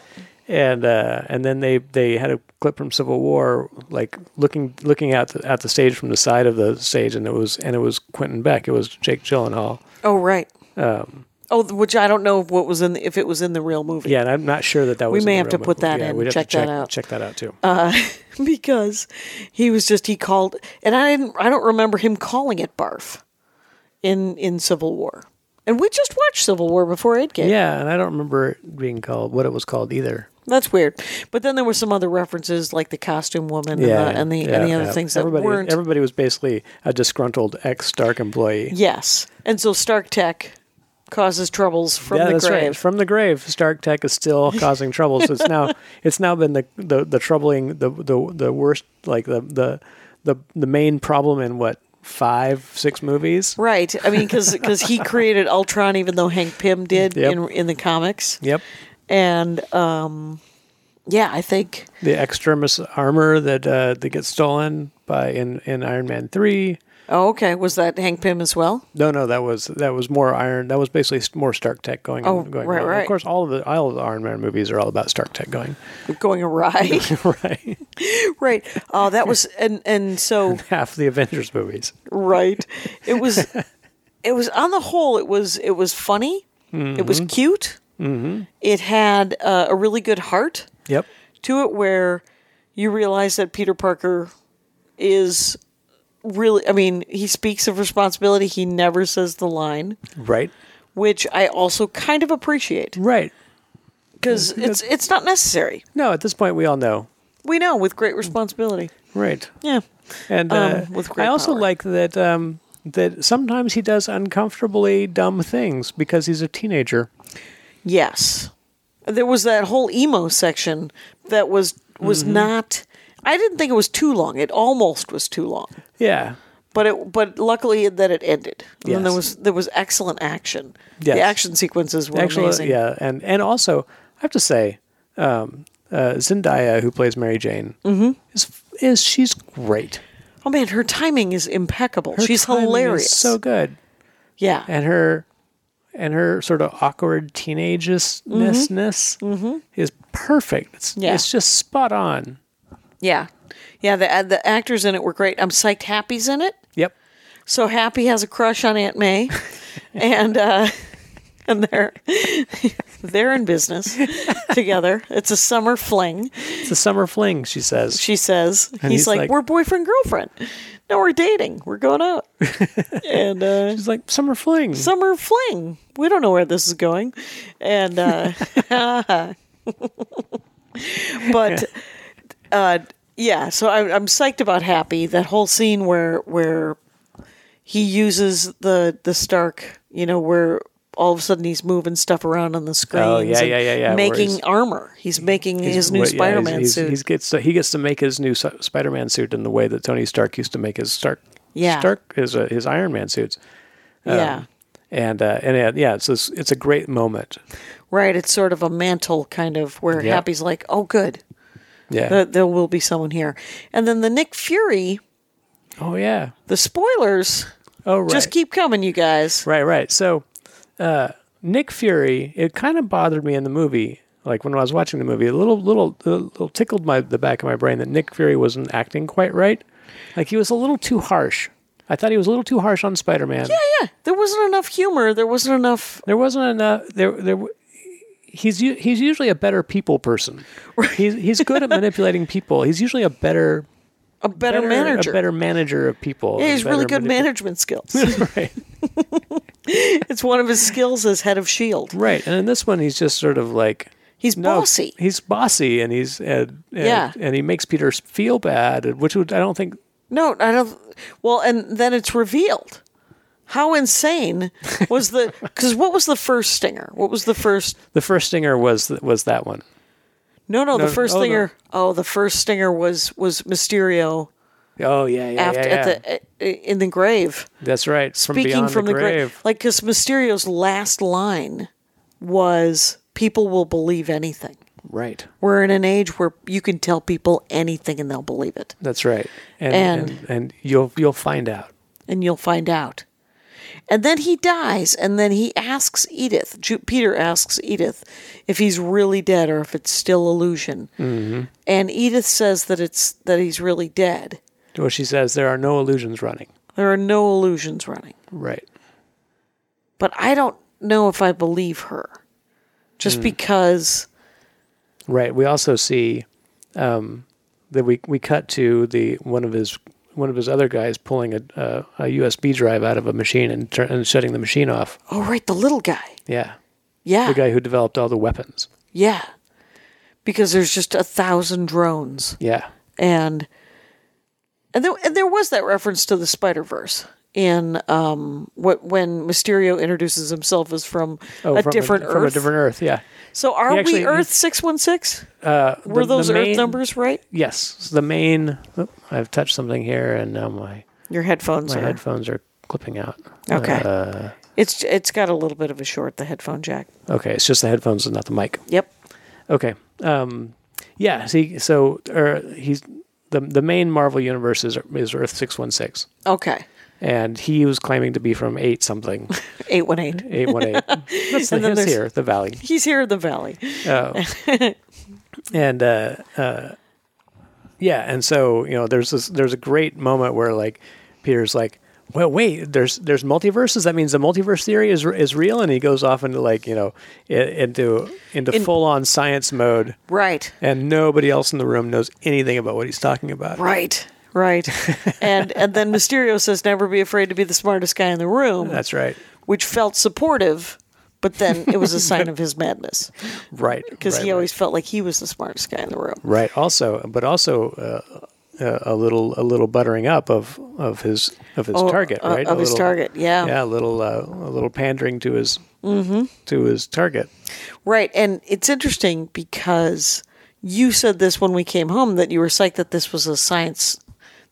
Speaker 2: And uh, and then they, they had a clip from Civil War, like looking looking at the, at the stage from the side of the stage, and it was and it was Quentin Beck, it was Jake Gyllenhaal.
Speaker 1: oh right um oh th- which i don't know what was in the, if it was in the real movie
Speaker 2: Yeah, and I'm not sure that that was. in
Speaker 1: may
Speaker 2: the
Speaker 1: have
Speaker 2: real
Speaker 1: to
Speaker 2: movie.
Speaker 1: put that
Speaker 2: yeah,
Speaker 1: in.
Speaker 2: We'd have
Speaker 1: Check
Speaker 2: to check
Speaker 1: that out. Uh,
Speaker 2: Check that out too.
Speaker 1: because he was just he called and I didn't I don't remember him calling it barf in in Civil War. And we just watched Civil War before it came.
Speaker 2: yeah, and I don't remember it being called what it was called either.
Speaker 1: That's weird. But then there were some other references like the costume woman and the and the, and the other
Speaker 2: yeah.
Speaker 1: things that
Speaker 2: everybody,
Speaker 1: weren't
Speaker 2: Everybody was basically a disgruntled ex Stark employee.
Speaker 1: Yes. And so Stark Tech causes troubles from
Speaker 2: yeah,
Speaker 1: the
Speaker 2: that's
Speaker 1: grave.
Speaker 2: right. From the grave, Stark Tech is still causing troubles. It's now it's now been the, the, the troubling the, the the worst like the the the the main problem in what five six movies.
Speaker 1: Right. I mean cuz he created Ultron even though Hank Pym did
Speaker 2: Yep.
Speaker 1: in in the comics.
Speaker 2: Yep,
Speaker 1: And um yeah, I think
Speaker 2: the extremis armor that uh, that gets stolen by in in Iron Man three.
Speaker 1: Oh, okay. Was that Hank Pym as well?
Speaker 2: No, no, that was that was more Iron. That was basically s- more Stark Tech going.
Speaker 1: Oh,
Speaker 2: going
Speaker 1: right,
Speaker 2: on.
Speaker 1: right.
Speaker 2: Of course, all of the all of the Iron Man movies are all about Stark Tech going.
Speaker 1: going awry.
Speaker 2: right,
Speaker 1: right. Oh, that was and and so
Speaker 2: half the Avengers movies.
Speaker 1: right. It was it was on the whole it was it was funny. It was cute. Mm-hmm. It had uh, a really good heart
Speaker 2: Yep.
Speaker 1: to it where you realize that Peter Parker is really I mean, he speaks of responsibility. He never says the line,
Speaker 2: Right.
Speaker 1: which I also kind of appreciate
Speaker 2: Right.
Speaker 1: because it's it's not necessary.
Speaker 2: No, at this point, we all know.
Speaker 1: We know with great responsibility.
Speaker 2: Right.
Speaker 1: Yeah.
Speaker 2: And uh,
Speaker 1: Um, with great
Speaker 2: I also
Speaker 1: power.
Speaker 2: like that um, that sometimes he does uncomfortably dumb things because he's a teenager.
Speaker 1: Yes. There was that whole emo section that was was
Speaker 2: Mm-hmm.
Speaker 1: not I didn't think it was too long. It almost was too long.
Speaker 2: Yeah.
Speaker 1: But it but luckily that it ended. And then there
Speaker 2: Yes.
Speaker 1: was there was excellent action. The
Speaker 2: Yes.
Speaker 1: action sequences were
Speaker 2: Actually,
Speaker 1: amazing.
Speaker 2: yeah, and and also I have to say, um, uh, Zendaya, who plays Mary Jane,
Speaker 1: Mm-hmm.
Speaker 2: is is she's great.
Speaker 1: Oh man, her timing is impeccable.
Speaker 2: Her
Speaker 1: She's
Speaker 2: timing is
Speaker 1: hilarious.
Speaker 2: so good,
Speaker 1: yeah.
Speaker 2: and her and her sort of awkward teenagenessness is perfect. It's,
Speaker 1: Mm-hmm. Yeah.
Speaker 2: it's just spot on.
Speaker 1: yeah. Yeah, the the actors in it were great. I'm psyched Happy's in it.
Speaker 2: Yep.
Speaker 1: So Happy has a crush on Aunt May, and uh, and they're they're in business together. It's a summer fling.
Speaker 2: It's a summer fling, she says.
Speaker 1: She says he's,
Speaker 2: he's
Speaker 1: like,
Speaker 2: like-
Speaker 1: we're boyfriend girlfriend. No, we're dating. We're going out. and uh,
Speaker 2: She's like, summer fling.
Speaker 1: summer fling. We don't know where this is going. And uh, but uh, yeah, so I'm, I'm psyched about Happy. That whole scene where where he uses the the Stark, you know, where all of a sudden he's moving stuff around on the screen.
Speaker 2: Oh, yeah, yeah, yeah, yeah, where
Speaker 1: Making
Speaker 2: he's-
Speaker 1: armor. He's making his new
Speaker 2: Well, yeah, he's-
Speaker 1: Spider-Man
Speaker 2: he's-
Speaker 1: suit.
Speaker 2: He's gets to, he gets to make his new Su- Spider-Man suit in the way that Tony Stark used to make his Stark.
Speaker 1: Yeah.
Speaker 2: Stark is uh, his Iron Man suits, uh,
Speaker 1: yeah,
Speaker 2: and uh, and uh, yeah, it's this, it's a great moment.
Speaker 1: right. It's sort of a mantle kind of where
Speaker 2: Yeah.
Speaker 1: Happy's like, oh, good.
Speaker 2: Yeah.
Speaker 1: Th- there will be someone here. And then the Nick Fury,
Speaker 2: oh yeah.
Speaker 1: the spoilers
Speaker 2: Oh right.
Speaker 1: just keep coming, you guys.
Speaker 2: Right, right. So, uh, Nick Fury, it kind of bothered me in the movie. Like when I was watching the movie, a little, little, a little tickled my the back of my brain that Nick Fury wasn't acting quite right. Like he was a little too harsh. I thought he was a little too harsh on Spider Man.
Speaker 1: Yeah, there wasn't enough humor. There wasn't enough.
Speaker 2: There wasn't enough. There, there. w- He's u- he's usually a better people person. He's he's good at manipulating people. He's usually a better
Speaker 1: A better, manager.
Speaker 2: a better manager of people.
Speaker 1: yeah,
Speaker 2: a
Speaker 1: he's really
Speaker 2: better
Speaker 1: good
Speaker 2: manip-
Speaker 1: management skills. it's one of his skills as head of Shield.
Speaker 2: Right, and in this one, he's just sort of like
Speaker 1: E He's
Speaker 2: No,
Speaker 1: bossy.
Speaker 2: He's bossy, and he's and, and,
Speaker 1: Yeah.
Speaker 2: and he makes Peter feel bad, which would, I don't think.
Speaker 1: No, I don't. Well, and then it's revealed. How insane was the? Because what was the first stinger? What was the first?
Speaker 2: The first stinger was was that one.
Speaker 1: No, no,
Speaker 2: No,
Speaker 1: the first
Speaker 2: oh, no.
Speaker 1: stinger. Oh, the first stinger was was Mysterio
Speaker 2: Oh yeah, yeah,
Speaker 1: after
Speaker 2: yeah, yeah.
Speaker 1: at the uh, in the grave.
Speaker 2: That's right.
Speaker 1: speaking
Speaker 2: from,
Speaker 1: from,
Speaker 2: beyond
Speaker 1: the, grave. Like, because Mysterio's last line was, People will believe anything.
Speaker 2: Right.
Speaker 1: We're in an age where you can tell people anything and they'll believe it,
Speaker 2: That's right. And
Speaker 1: And-
Speaker 2: and, and you'll you'll find out.
Speaker 1: and you'll find out. And then he dies, and then he asks Edith, Ju- Peter asks Edith if he's really dead or if it's still illusion. And Edith says that it's that he's really dead.
Speaker 2: Well, she says there are no illusions running.
Speaker 1: There are no illusions running.
Speaker 2: Right.
Speaker 1: But I don't know if I believe her. Just because
Speaker 2: Right. We also see um, that we we cut to the one of his one of his other guys pulling a, a, a USB drive out of a machine and, turn, and shutting the machine off.
Speaker 1: Oh, right, the little guy.
Speaker 2: Yeah.
Speaker 1: Yeah.
Speaker 2: The guy who developed all the weapons.
Speaker 1: Yeah. Because there's just a thousand drones.
Speaker 2: Yeah.
Speaker 1: And and there, and there was that reference to the Spider-Verse in um what when Mysterio introduces himself as from, a,
Speaker 2: Oh, from
Speaker 1: different
Speaker 2: from a
Speaker 1: Earth.
Speaker 2: different Earth. Yeah.
Speaker 1: so are
Speaker 2: He actually-
Speaker 1: we Earth 616? Were
Speaker 2: the- the
Speaker 1: those Earth
Speaker 2: main-
Speaker 1: numbers right?
Speaker 2: Yes. So the main. oh, I've touched something here, and now my
Speaker 1: Your headphones
Speaker 2: my
Speaker 1: are
Speaker 2: headphones are clipping out.
Speaker 1: Okay.
Speaker 2: Uh,
Speaker 1: It's it's got a little bit of a short the headphone jack.
Speaker 2: okay. It's just the headphones and not the mic.
Speaker 1: Yep.
Speaker 2: Okay. Um. Yeah. See. So er, he's the the main Marvel universe is is Earth six one six,
Speaker 1: Okay.
Speaker 2: and he was claiming to be from eight something
Speaker 1: 818.
Speaker 2: eight one eight. That's the
Speaker 1: And then
Speaker 2: his
Speaker 1: there's-
Speaker 2: here the valley.
Speaker 1: He's here in the valley.
Speaker 2: Oh. and uh, uh, yeah, and so you know, there's this, there's a great moment where like Peter's like, well, wait, there's there's multiverses. That means the multiverse theory is is real, and he goes off into like you know i- into into
Speaker 1: In-
Speaker 2: full on science mode,
Speaker 1: Right.
Speaker 2: and nobody else in the room knows anything about what he's talking about.
Speaker 1: Right. Right. and and then Mysterio says never be afraid to be the smartest guy in the room,
Speaker 2: That's right.
Speaker 1: which felt supportive, but then it was a sign of his madness
Speaker 2: Right.
Speaker 1: because
Speaker 2: right,
Speaker 1: he
Speaker 2: right.
Speaker 1: always felt like he was the smartest guy in the room.
Speaker 2: Right. Also, but also uh, a a little a little buttering up of of his of his
Speaker 1: Oh,
Speaker 2: target,
Speaker 1: uh,
Speaker 2: right?
Speaker 1: of
Speaker 2: A
Speaker 1: his
Speaker 2: little-
Speaker 1: target, yeah. Mm-hmm.
Speaker 2: Yeah, a little uh, a little pandering to his to his target.
Speaker 1: Right. And it's interesting because you said this when we came home that you were psyched that this was a science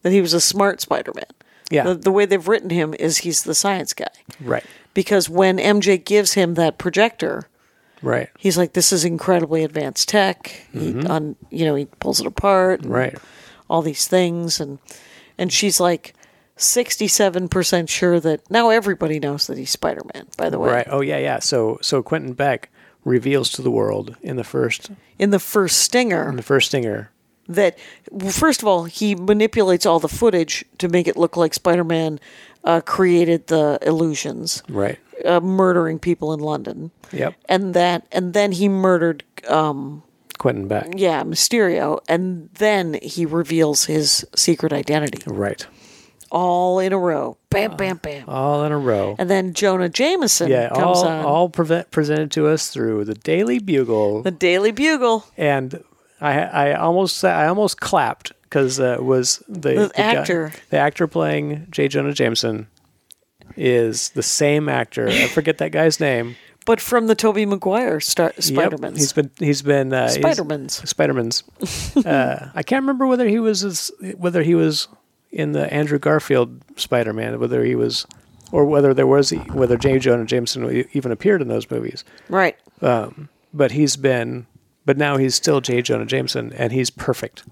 Speaker 1: that he was a smart Spider-Man.
Speaker 2: Yeah.
Speaker 1: The, the way they've written him is he's the science guy.
Speaker 2: Right.
Speaker 1: Because when MJ gives him that projector,
Speaker 2: Right.
Speaker 1: he's like, "This is incredibly advanced tech." He on you know he pulls it apart, and
Speaker 2: Mm-hmm. Right.
Speaker 1: All these things, and and she's like sixty seven percent sure that now everybody knows that he's Spider Man. By the way,
Speaker 2: Right. Oh yeah, yeah. So so Quentin Beck reveals to the world in the first
Speaker 1: in the first stinger
Speaker 2: the first stinger
Speaker 1: that first of all he manipulates all the footage to make it look like Spider-Man uh, created the illusions,
Speaker 2: Right.
Speaker 1: uh, murdering people in London,
Speaker 2: Yep.
Speaker 1: and that and then he murdered um,
Speaker 2: Quentin Beck.
Speaker 1: yeah Mysterio, and then he reveals his secret identity
Speaker 2: Right.
Speaker 1: all in a row, bam bam bam,
Speaker 2: All in a row.
Speaker 1: and then Jonah Jameson
Speaker 2: yeah.
Speaker 1: comes
Speaker 2: All
Speaker 1: on
Speaker 2: all prevent, presented to us through the Daily Bugle.
Speaker 1: the Daily Bugle.
Speaker 2: and I I almost sa- I almost clapped because uh, was the, the guy-
Speaker 1: actor.
Speaker 2: the actor playing J Jonah Jameson is the same actor. I forget that guy's name.
Speaker 1: But from the Toby Maguire star-
Speaker 2: Yep,
Speaker 1: Spider-Man's.
Speaker 2: He's been he's been uh, he's-
Speaker 1: Spider-Man's.
Speaker 2: Spider-Man's. uh, I can't remember whether he was as- whether he was in the Andrew Garfield Spider-Man, whether he was or whether there was e, whether J Jonah Jameson even appeared in those movies.
Speaker 1: right.
Speaker 2: but he's been but now he's still J. Jonah Jameson and he's perfect.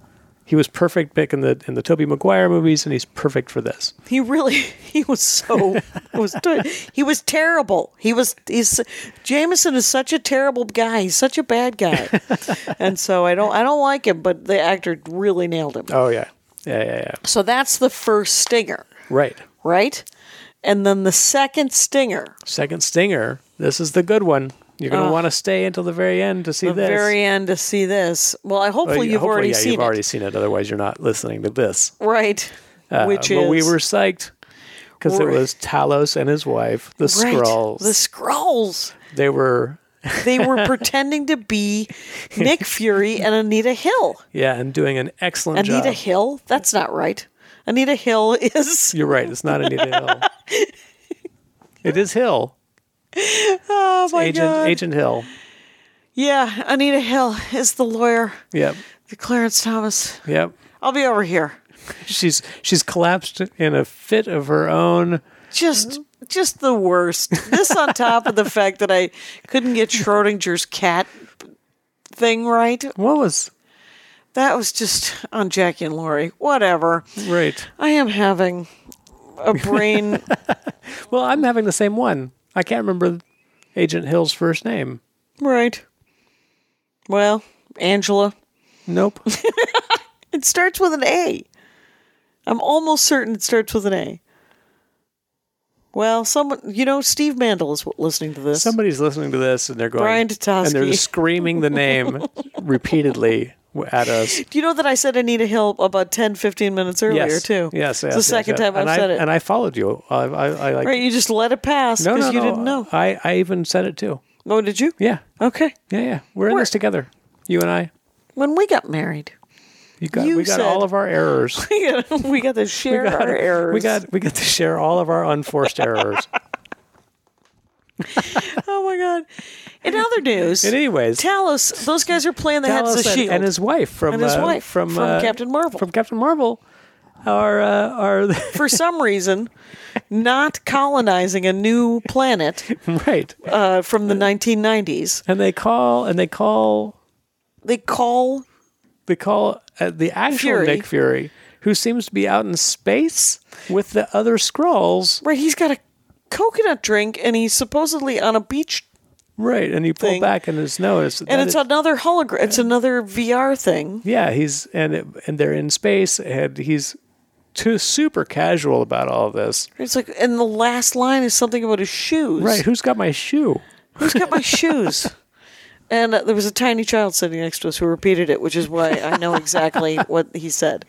Speaker 2: He was perfect back in the in the Toby Maguire movies and he's perfect for this.
Speaker 1: He really he was so was ter- he was terrible. He was he's Jameson is such a terrible guy. He's such a bad guy. and so I don't I don't like him, but the actor really nailed him.
Speaker 2: Oh yeah. Yeah, yeah, yeah.
Speaker 1: So that's the first stinger,
Speaker 2: Right.
Speaker 1: right? And then the second stinger,
Speaker 2: Second stinger. This is the good one. You're gonna want to stay until the very end to see
Speaker 1: Ah. the
Speaker 2: this.
Speaker 1: very end to see this. Well, I
Speaker 2: Well,
Speaker 1: hopefully
Speaker 2: you-
Speaker 1: you've
Speaker 2: hopefully,
Speaker 1: already
Speaker 2: yeah,
Speaker 1: seen
Speaker 2: you've
Speaker 1: it.
Speaker 2: already seen it. Otherwise, you're not listening to this.
Speaker 1: right. Which
Speaker 2: Uh,
Speaker 1: is
Speaker 2: but we were psyched because it
Speaker 1: Right.
Speaker 2: was Talos and his wife, the
Speaker 1: right,
Speaker 2: Skrulls.
Speaker 1: The scrolls.
Speaker 2: They were
Speaker 1: They were pretending to be Nick Fury and Anita Hill.
Speaker 2: yeah, and doing an excellent
Speaker 1: Anita
Speaker 2: job.
Speaker 1: Hill? That's not right. Anita Hill is
Speaker 2: You're right. It's not Anita Hill. It is Hill.
Speaker 1: oh my
Speaker 2: Agent
Speaker 1: god.
Speaker 2: Agent Hill.
Speaker 1: Yeah, Anita Hill is the lawyer,
Speaker 2: Yep.
Speaker 1: the Clarence Thomas.
Speaker 2: Yep.
Speaker 1: I'll be over here.
Speaker 2: She's she's collapsed in a fit of her own.
Speaker 1: Just
Speaker 2: Mm-hmm.
Speaker 1: just the worst. This on top of the fact that I couldn't get Schrodinger's cat thing right.
Speaker 2: What was
Speaker 1: That was just on Jackie and Laurie. Whatever.
Speaker 2: right?
Speaker 1: I am having a brain
Speaker 2: Well, I'm having the same one. I can't remember Agent Hill's first name.
Speaker 1: right. Well, Angela.
Speaker 2: Nope.
Speaker 1: It starts with an A. I'm almost certain it starts with an A. Well, someone, you know, Steve Mandel is w- listening to this.
Speaker 2: Somebody's listening to this and they're going
Speaker 1: Brian
Speaker 2: and they're
Speaker 1: Tatosky.
Speaker 2: screaming the name repeatedly at us.
Speaker 1: Do you know that I said Anita Hill about 10, 15 minutes earlier,
Speaker 2: yes.
Speaker 1: too? It's
Speaker 2: Yes. yes,
Speaker 1: the
Speaker 2: yes,
Speaker 1: second
Speaker 2: yes.
Speaker 1: time I've
Speaker 2: And I-
Speaker 1: said it.
Speaker 2: And I followed you. I I, I like.
Speaker 1: right, you just let it pass
Speaker 2: no,
Speaker 1: because
Speaker 2: no,
Speaker 1: you
Speaker 2: no.
Speaker 1: didn't know.
Speaker 2: I I even said it too.
Speaker 1: Oh, did you?
Speaker 2: Yeah.
Speaker 1: Okay.
Speaker 2: Yeah. Yeah. We're in
Speaker 1: We're-
Speaker 2: this together. You and I.
Speaker 1: When we got married,
Speaker 2: You got.
Speaker 1: You
Speaker 2: we got
Speaker 1: said-
Speaker 2: all of our errors.
Speaker 1: we got, we got to share
Speaker 2: got-
Speaker 1: our errors.
Speaker 2: We got we got to share all of our unforced errors.
Speaker 1: oh my God. In other news,
Speaker 2: And anyways,
Speaker 1: Talos, those guys are playing the heads
Speaker 2: Talos
Speaker 1: of
Speaker 2: and-
Speaker 1: S.H.I.E.L.D.
Speaker 2: and his wife from
Speaker 1: And his
Speaker 2: uh,
Speaker 1: wife
Speaker 2: from,
Speaker 1: from
Speaker 2: uh,
Speaker 1: Captain Marvel.
Speaker 2: from Captain Marvel are uh, are
Speaker 1: for some reason not colonizing a new planet
Speaker 2: right,
Speaker 1: uh, from the 1990s.
Speaker 2: and they call and they call
Speaker 1: They call
Speaker 2: they call uh, the actual
Speaker 1: Fury.
Speaker 2: Nick Fury, who seems to be out in space with the other Skrulls,
Speaker 1: right. He's got a coconut drink, and he's supposedly on a beach,
Speaker 2: right? And you pull
Speaker 1: Thing.
Speaker 2: back and it's no, it's
Speaker 1: and
Speaker 2: that
Speaker 1: it's
Speaker 2: is-
Speaker 1: another hologram. It's another VR thing.
Speaker 2: yeah, he's and it, and they're in space and he's too super casual about all this,
Speaker 1: It's like, and the last line is something about his shoes.
Speaker 2: right? Who's got my shoe?
Speaker 1: Who's got my shoes? And uh, there was a tiny child sitting next to us who repeated it, which is why I know exactly what he said.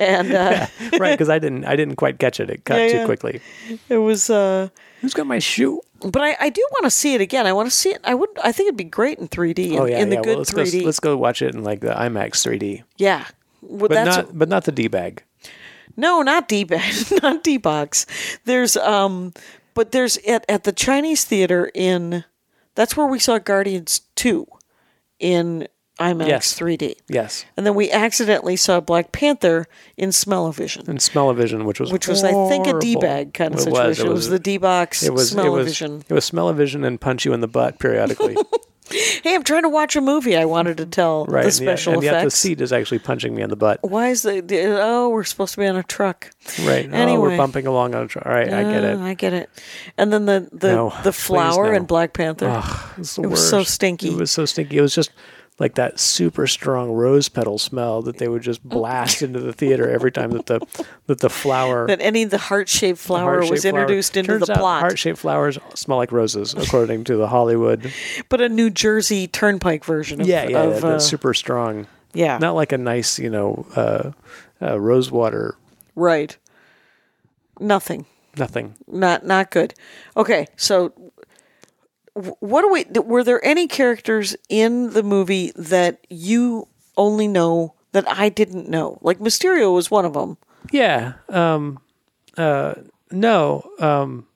Speaker 1: And uh,
Speaker 2: right because i didn't i didn't quite catch it it cut
Speaker 1: Yeah,
Speaker 2: too
Speaker 1: yeah.
Speaker 2: quickly
Speaker 1: it was. Uh,
Speaker 2: who's got my shoe
Speaker 1: But I, I do want to see it again. I want to see it. I would. I think it'd be great in 3D. In, in the good
Speaker 2: Oh, well, let's,
Speaker 1: 3D.
Speaker 2: Go, let's go watch it in like the imax 3d
Speaker 1: yeah. Well,
Speaker 2: but
Speaker 1: that's
Speaker 2: not but not the d-bag
Speaker 1: no, not D box, not D box. There's um, but there's at at the Chinese theater in. That's where we saw Guardians two, in IMAX
Speaker 2: Yes.
Speaker 1: 3D,
Speaker 2: yes
Speaker 1: and then we accidentally saw Black Panther in Smell-O-Vision,
Speaker 2: and smell-o-vision which was
Speaker 1: which was I think a D bag kind of
Speaker 2: It
Speaker 1: situation. it, was, the
Speaker 2: it
Speaker 1: D box
Speaker 2: was it was
Speaker 1: Smell-O-Vision.
Speaker 2: it was smell-o-vision and punch you in the butt periodically
Speaker 1: hey, I'm trying to watch a movie. I wanted to tell
Speaker 2: right
Speaker 1: the
Speaker 2: and yet-
Speaker 1: special
Speaker 2: and yet, the
Speaker 1: effects.
Speaker 2: seat is actually punching me in the butt
Speaker 1: Why is the, the- oh we're supposed to be on a truck?
Speaker 2: right oh
Speaker 1: Anyway.
Speaker 2: we're bumping along on a tr- all right i get
Speaker 1: Ah,
Speaker 2: it
Speaker 1: I get it. And then the the
Speaker 2: No,
Speaker 1: the
Speaker 2: please
Speaker 1: flower
Speaker 2: no.
Speaker 1: and Black Panther.
Speaker 2: It's the
Speaker 1: It was so
Speaker 2: worst.
Speaker 1: stinky.
Speaker 2: It was so stinky. It was just like that super strong rose petal smell that they would just blast into the theater every time that the that the flower
Speaker 1: that any of the heart shaped flower
Speaker 2: heart-shaped
Speaker 1: was introduced
Speaker 2: flower.
Speaker 1: into
Speaker 2: Turns
Speaker 1: the plot.
Speaker 2: Out heart-shaped flowers smell like roses, according to the Hollywood.
Speaker 1: but a New Jersey Turnpike version of,
Speaker 2: Yeah, yeah,
Speaker 1: of,
Speaker 2: the, the
Speaker 1: uh,
Speaker 2: super strong.
Speaker 1: yeah.
Speaker 2: Not like a nice, you know, uh, uh, rose water.
Speaker 1: right. Nothing.
Speaker 2: Nothing.
Speaker 1: Not not good. Okay, so w- what do we? th- Were there any characters in the movie that you only know that I didn't know? Like Mysterio was one of them.
Speaker 2: Yeah. Um, uh, no. Um,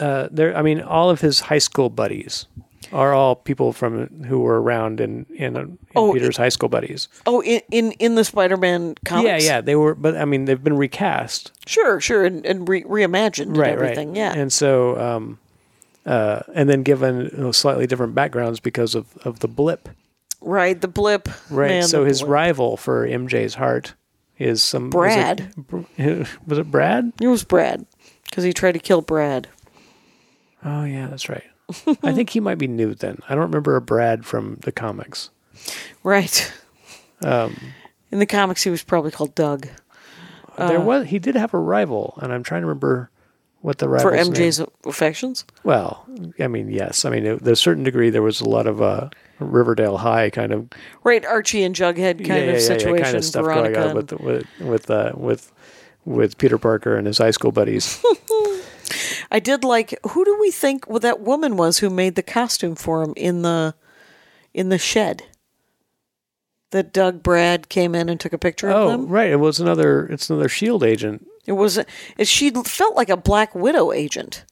Speaker 2: uh, there. I mean, all of his high school buddies are all people from who were around in in, uh, in
Speaker 1: Oh,
Speaker 2: Peter's high school buddies.
Speaker 1: Oh, in in, in the Spider-Man
Speaker 2: Yeah,
Speaker 1: comics.
Speaker 2: yeah. They were, but I mean, they've been recast.
Speaker 1: Sure, sure, and, and re- reimagined
Speaker 2: right,
Speaker 1: and everything.
Speaker 2: Right.
Speaker 1: Yeah,
Speaker 2: And so, um, uh, and then given you know, slightly different backgrounds because of, of the blip.
Speaker 1: right. The blip.
Speaker 2: Right.
Speaker 1: Man,
Speaker 2: so
Speaker 1: the
Speaker 2: his
Speaker 1: blip.
Speaker 2: rival for MJ's heart is some was
Speaker 1: Brad.
Speaker 2: it- br- Was it Brad?
Speaker 1: It was Brad because he tried to kill Brad.
Speaker 2: Oh yeah, that's right. I think he might be new then. I don't remember a Brad from the comics.
Speaker 1: Right.
Speaker 2: Um,
Speaker 1: In the comics, he was probably called Doug Uh.
Speaker 2: there was he did have a rival, and I'm trying to remember what the rival
Speaker 1: for MJ's affections.
Speaker 2: Well, I mean, yes. I mean, it, to a certain degree, there was a lot of uh, Riverdale High kind of
Speaker 1: Right, Archie and Jughead kind of situation.
Speaker 2: kind of stuff
Speaker 1: Veronica
Speaker 2: going on
Speaker 1: and-
Speaker 2: with with with uh, with with Peter Parker and his high school buddies.
Speaker 1: I did like who do we think well, that woman was who made the costume for him in the in the shed that Doug Brad came in and took a picture of
Speaker 2: oh,
Speaker 1: them.
Speaker 2: right. It was another. It's another Shield E agent.
Speaker 1: It was it, she felt like a Black Widow agent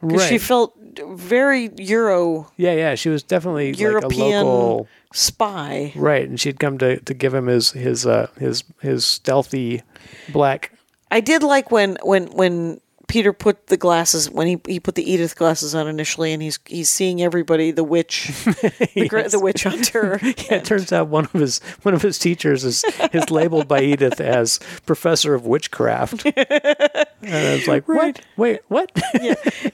Speaker 1: because
Speaker 2: Right.
Speaker 1: she felt very Euro
Speaker 2: yeah, yeah. She was definitely like a
Speaker 1: European
Speaker 2: local.
Speaker 1: spy.
Speaker 2: Right, and she'd come to, to give him his his uh, his his stealthy black.
Speaker 1: I did like when when when Peter put the glasses when he he put the Edith glasses on initially, and he's he's seeing everybody, the witch, the, gra- the witch hunter.
Speaker 2: Yeah, it turns out one of his one of his teachers is is labeled by Edith as professor of witchcraft. and I was like, what? Wait, what?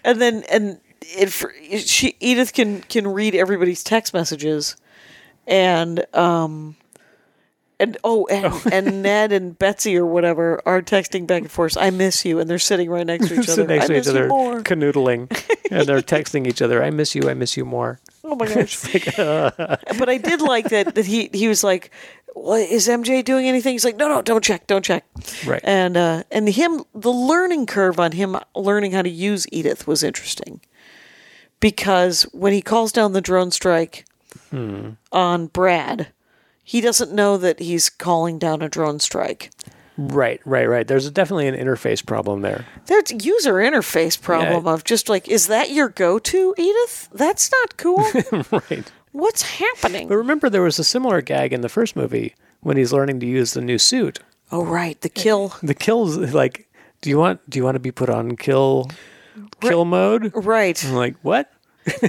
Speaker 1: and then and it, for, she Edith can can read everybody's text messages, and um, and oh and and Ned and Betsy or whatever are texting back and forth. I miss you, and they're sitting right next to each other.
Speaker 2: Sit next
Speaker 1: I
Speaker 2: to each
Speaker 1: miss
Speaker 2: other,
Speaker 1: you more.
Speaker 2: canoodling, and they're texting each other. I miss you. I miss you more.
Speaker 1: Oh my gosh!
Speaker 2: uh.
Speaker 1: but I did like that that he he was like, well, is MJ doing anything? He's like, no, no, don't check, don't check.
Speaker 2: Right.
Speaker 1: And uh, and him the learning curve on him learning how to use Edith was interesting because when he calls down the drone strike
Speaker 2: Hmm.
Speaker 1: on Brad, he doesn't know that he's calling down a drone strike.
Speaker 2: Right, right, right. There's definitely an interface problem there.
Speaker 1: There's a user interface problem of just like, is that your go to, Edith? That's not cool.
Speaker 2: right.
Speaker 1: What's happening?
Speaker 2: But remember, there was a similar gag in the first movie when he's learning to use the new suit.
Speaker 1: Oh right,
Speaker 2: Eh.
Speaker 1: the kill.
Speaker 2: the kills like do you want do you want to be put on kill kill mode
Speaker 1: Right.
Speaker 2: i'm like what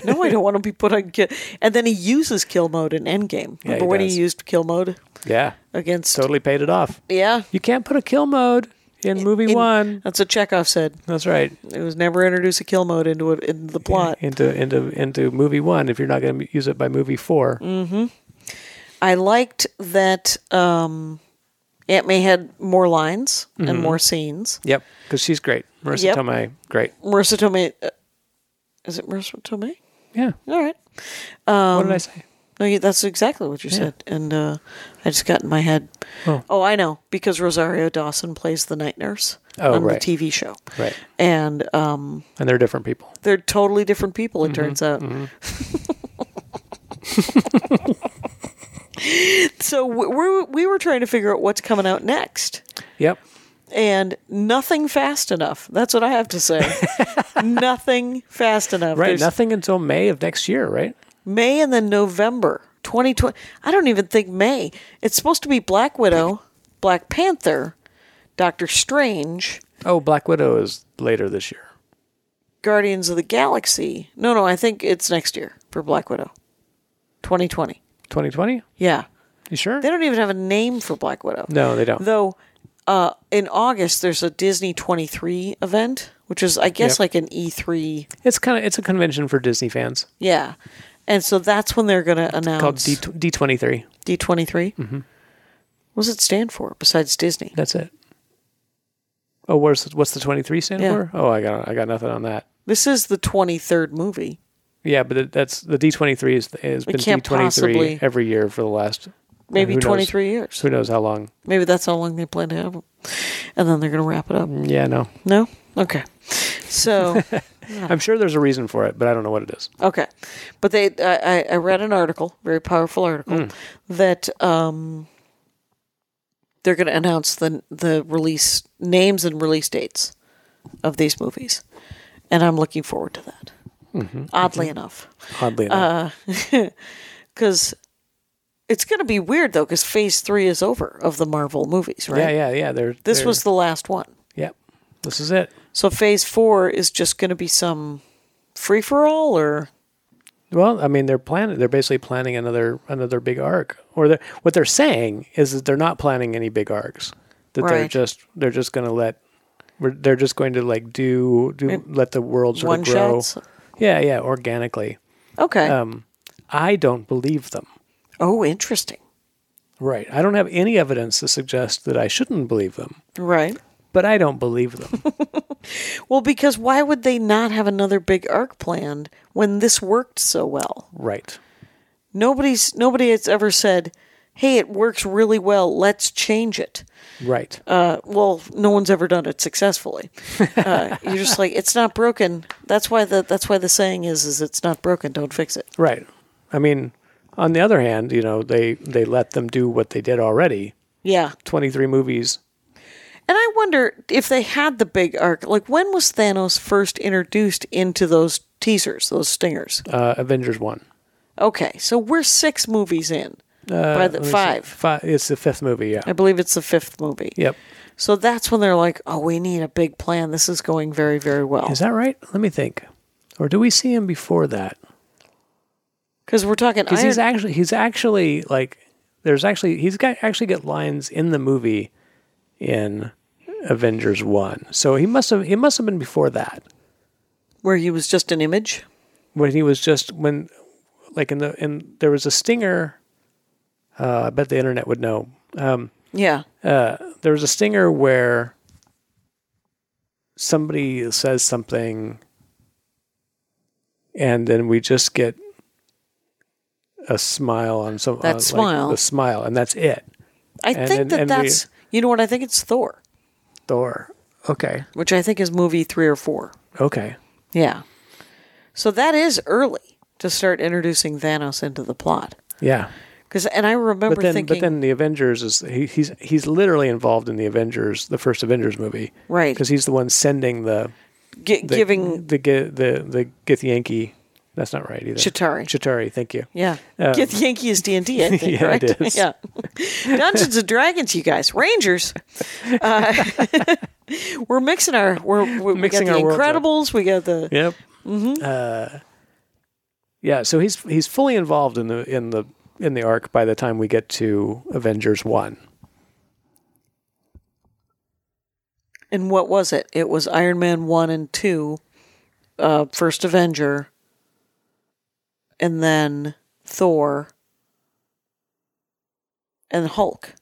Speaker 1: No, I don't want to be put on kill. And then he uses kill mode in Endgame.
Speaker 2: Yeah,
Speaker 1: Remember
Speaker 2: he
Speaker 1: when
Speaker 2: does.
Speaker 1: he used kill mode
Speaker 2: yeah
Speaker 1: against?
Speaker 2: totally paid it off
Speaker 1: Yeah.
Speaker 2: you can't put a kill mode in movie
Speaker 1: In-
Speaker 2: one
Speaker 1: That's what Chekhov said.
Speaker 2: that's right
Speaker 1: It was never introduce a kill mode into it in the plot.
Speaker 2: into into into movie one if you're not going to use it by movie four
Speaker 1: Mm. I liked that um, Aunt May had more lines
Speaker 2: Mm-hmm.
Speaker 1: and more scenes.
Speaker 2: yep because she's great marissa
Speaker 1: Yep.
Speaker 2: tomei great
Speaker 1: Marissa Tomei, uh, is it Marissa Tomei?
Speaker 2: yeah
Speaker 1: All right.
Speaker 2: what
Speaker 1: Um,
Speaker 2: did i say
Speaker 1: No, you- that's exactly what you said, and uh, I just got in my head. Oh. I know because Rosario Dawson plays the night nurse
Speaker 2: Oh,
Speaker 1: on
Speaker 2: right.
Speaker 1: the TV show,
Speaker 2: right
Speaker 1: and um,
Speaker 2: and they're different people
Speaker 1: they're totally different people.
Speaker 2: Mm-hmm,
Speaker 1: It turns out. so we we're, we were trying to figure out what's coming out next,
Speaker 2: yep
Speaker 1: and nothing fast enough. That's what I have to say. nothing fast enough.
Speaker 2: right
Speaker 1: There's-
Speaker 2: nothing until may of next year right
Speaker 1: May and then November 2020. I don't even think May. It's supposed to be Black Widow, Black Panther, Doctor Strange,
Speaker 2: oh black widow is later this year
Speaker 1: Guardians of the Galaxy. No, no, I think it's next year for Black Widow 2020.
Speaker 2: 2020
Speaker 1: Yeah.
Speaker 2: you sure
Speaker 1: They don't even have a name for Black Widow.
Speaker 2: no they don't
Speaker 1: Though uh, in August, there's a Disney 23 event, which is, I guess,
Speaker 2: Yep.
Speaker 1: like an E E3.
Speaker 2: it's kind of it's a convention for disney fans
Speaker 1: Yeah. And so that's when they're going to
Speaker 2: called
Speaker 1: announce
Speaker 2: D D twenty three.
Speaker 1: D- 23 Mm-hmm. What does it stand for besides Disney?
Speaker 2: That's it. Oh, where's the, what's the twenty three stand
Speaker 1: Yeah.
Speaker 2: for? Oh, I got I got nothing on that.
Speaker 1: This is the 23rd movie.
Speaker 2: Yeah, but it- that's the D twenty three is has been D
Speaker 1: can't
Speaker 2: twenty three
Speaker 1: possibly-
Speaker 2: every year for the last
Speaker 1: Maybe
Speaker 2: who knows-
Speaker 1: 23 years.
Speaker 2: Who knows how long?
Speaker 1: Maybe that's how long they plan to have them. And then they're going to wrap it up.
Speaker 2: Yeah, no.
Speaker 1: No? Okay. So,
Speaker 2: I'm sure there's a reason for it, but I don't know what it is.
Speaker 1: okay. But they, I, I- I read an article, very powerful article,
Speaker 2: Hmm.
Speaker 1: that um, they're going to announce the, the release names and release dates of these movies. And I'm looking forward to that.
Speaker 2: Mm-hmm.
Speaker 1: Oddly enough.
Speaker 2: Oddly
Speaker 1: Uh,
Speaker 2: enough,
Speaker 1: because it's going to be weird though because phase three is over of the marvel movies right
Speaker 2: yeah, yeah, yeah. They're,
Speaker 1: this
Speaker 2: they're-
Speaker 1: was the last one
Speaker 2: Yep. This is it.
Speaker 1: so phase four is just going to be some free-for-all or
Speaker 2: Well, I mean, they're planning. They're basically planning another another big arc. Or they're, what they're saying is that they're not planning any big arcs. That they're
Speaker 1: Right.
Speaker 2: just they're just going to let. We're, they're just going to like do do let the world sort
Speaker 1: one
Speaker 2: of grow.
Speaker 1: shots
Speaker 2: Yeah, yeah, organically.
Speaker 1: okay
Speaker 2: Um, I don't believe them.
Speaker 1: oh interesting
Speaker 2: Right. I don't have any evidence to suggest that I shouldn't believe them,
Speaker 1: right
Speaker 2: but I don't believe them.
Speaker 1: well because why would they not have another big arc planned when this worked so well
Speaker 2: right.
Speaker 1: nobody's nobody has ever said hey it works really well let's change it
Speaker 2: Right.
Speaker 1: uh, well, no one's ever done it successfully. Uh, you're just like it's not broken. That's why the that's why the saying is is it's not broken, don't fix it.
Speaker 2: right. I mean, on the other hand, you know, they they let them do what they did already.
Speaker 1: Yeah,
Speaker 2: 23 movies
Speaker 1: and I wonder if they had the big arc. Like when was Thanos first introduced into those teasers, those stingers?
Speaker 2: uh, Avengers one.
Speaker 1: Okay, so we're six movies in
Speaker 2: Uh,
Speaker 1: by the five.
Speaker 2: Five. It's the fifth movie. Yeah.
Speaker 1: I believe it's the fifth movie.
Speaker 2: Yep.
Speaker 1: So that's when they're like, "Oh, we need a big plan. This is going very, very well."
Speaker 2: Is that right? Let me think. Or do we see him before that?
Speaker 1: Because we're talking
Speaker 2: Because he's
Speaker 1: Iron-
Speaker 2: actually he's actually like there's actually he's got actually got lines in the movie in Avengers one. So he must have he must have been before that
Speaker 1: where he was just an image.
Speaker 2: when he was just when like in the in there was a stinger. Uh, I bet the internet would know. Um,
Speaker 1: Yeah.
Speaker 2: uh, there was a stinger where somebody says something and then we just get a smile on some
Speaker 1: That
Speaker 2: on, like,
Speaker 1: smile.
Speaker 2: the smile and that's it
Speaker 1: I
Speaker 2: And-
Speaker 1: think
Speaker 2: and-
Speaker 1: that
Speaker 2: and we-
Speaker 1: that's you know what I think it's Thor,
Speaker 2: thor okay
Speaker 1: which I think is movie three or four.
Speaker 2: okay
Speaker 1: Yeah, so that is early to start introducing Thanos into the plot.
Speaker 2: yeah
Speaker 1: Because and I remember
Speaker 2: but then
Speaker 1: thinking,
Speaker 2: but then the avengers is he, he's he's literally involved in the avengers the first avengers movie
Speaker 1: right,
Speaker 2: because he's the one sending the,
Speaker 1: gi-
Speaker 2: the
Speaker 1: giving
Speaker 2: the the the, the gith yankee that's not right either
Speaker 1: Chitari.
Speaker 2: chitari thank you
Speaker 1: yeah,
Speaker 2: um,
Speaker 1: get the Yankee is D and D. I think
Speaker 2: Yeah,
Speaker 1: right.
Speaker 2: it is.
Speaker 1: yeah, Dungeons and Dragons, you guys, Rangers. Uh, we're mixing our we're we, we
Speaker 2: Mixing
Speaker 1: got
Speaker 2: our
Speaker 1: the
Speaker 2: worlds up.
Speaker 1: Incredibles. We got the
Speaker 2: Yep. Mm-hmm. Uh, yeah. So he's he's fully involved in the in the in the arc by the time we get to Avengers one.
Speaker 1: and what was it? It was Iron Man one and two, uh, First Avenger, and then Thor, and Hulk.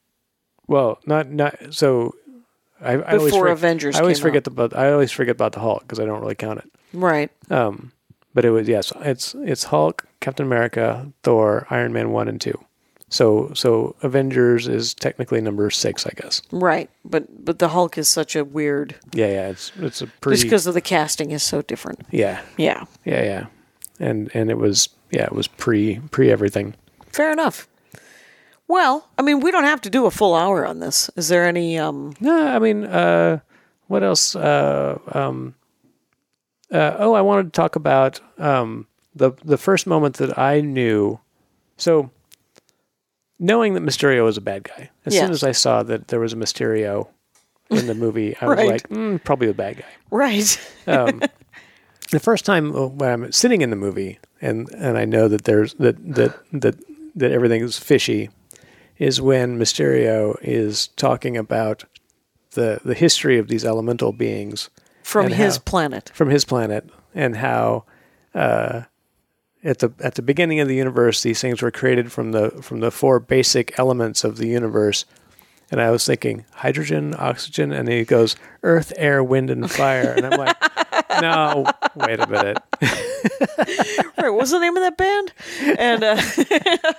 Speaker 2: Well, not not so. I, I always
Speaker 1: Before
Speaker 2: for-
Speaker 1: Avengers
Speaker 2: I always
Speaker 1: came
Speaker 2: forget about I always forget about the Hulk because I don't really count it.
Speaker 1: Right.
Speaker 2: Um, but it was yes, it's it's Hulk, Captain America, Thor, Iron Man one and two. So so Avengers is technically number six, I guess.
Speaker 1: Right. But but the Hulk is such a weird
Speaker 2: Yeah, yeah. It's it's a
Speaker 1: just
Speaker 2: pretty
Speaker 1: because of the casting is so different.
Speaker 2: yeah
Speaker 1: Yeah.
Speaker 2: yeah yeah, and and it was yeah it was pre pre everything.
Speaker 1: Fair enough. Well, I mean, we don't have to do a full hour on this. Is there any um
Speaker 2: No, I mean, uh, what else? Uh, um, uh, oh, I wanted to talk about um, the the first moment that I knew. So, knowing that Mysterio was a bad guy, as soon
Speaker 1: Yes.
Speaker 2: as I saw that there was a Mysterio in the movie, I
Speaker 1: Right.
Speaker 2: was like, mm, probably a bad guy
Speaker 1: right?
Speaker 2: the first time uh, when I'm sitting in the movie and and I know that there's that that that that everything is fishy is when Mysterio is talking about the the history of these elemental beings
Speaker 1: From
Speaker 2: And
Speaker 1: his
Speaker 2: how-
Speaker 1: planet.
Speaker 2: from his planet and how uh, at the at the beginning of the universe, these things were created from the from the four basic elements of the universe. And I was thinking hydrogen, oxygen, and he goes earth, air, wind, and fire. And I'm like, no, wait a minute.
Speaker 1: Right, what was the name of that band? And uh,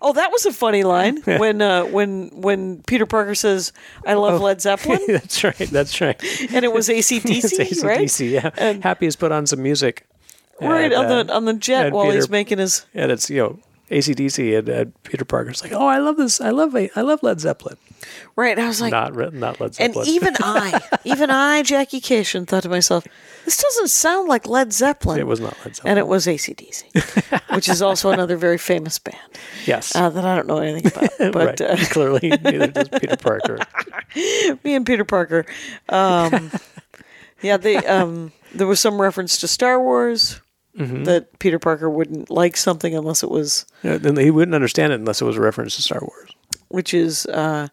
Speaker 1: oh, that was a funny line when uh, when when Peter Parker says, "I love
Speaker 2: Oh.
Speaker 1: Led Zeppelin,"
Speaker 2: that's right. That's right.
Speaker 1: and it was ACDC,
Speaker 2: It's AC/DC,
Speaker 1: right?
Speaker 2: yeah.
Speaker 1: And-
Speaker 2: Happy has put on some music.
Speaker 1: Right
Speaker 2: And,
Speaker 1: on
Speaker 2: uh,
Speaker 1: the on the jet
Speaker 2: and
Speaker 1: while he's
Speaker 2: Peter-
Speaker 1: making his
Speaker 2: and it's you know ACDC and, and Peter Parker's like, oh, I love this. I love I love Led Zeppelin.
Speaker 1: right. I was like,
Speaker 2: Not re- not Led
Speaker 1: and
Speaker 2: Zeppelin.
Speaker 1: even I, even I, Jackie Cation, thought to myself, this doesn't sound like Led Zeppelin.
Speaker 2: it was not Led Zeppelin.
Speaker 1: and it was ACDC, which is also another very famous band
Speaker 2: yes,
Speaker 1: uh, that I don't know anything about. But
Speaker 2: right. Clearly, neither does Peter Parker.
Speaker 1: uh, me and Peter Parker, um, yeah, they um, there was some reference to Star Wars
Speaker 2: Mm-hmm.
Speaker 1: that Peter Parker wouldn't like something unless it was,
Speaker 2: Yeah, Uh, Then he wouldn't understand it unless it was a reference to Star Wars.
Speaker 1: which is. Uh,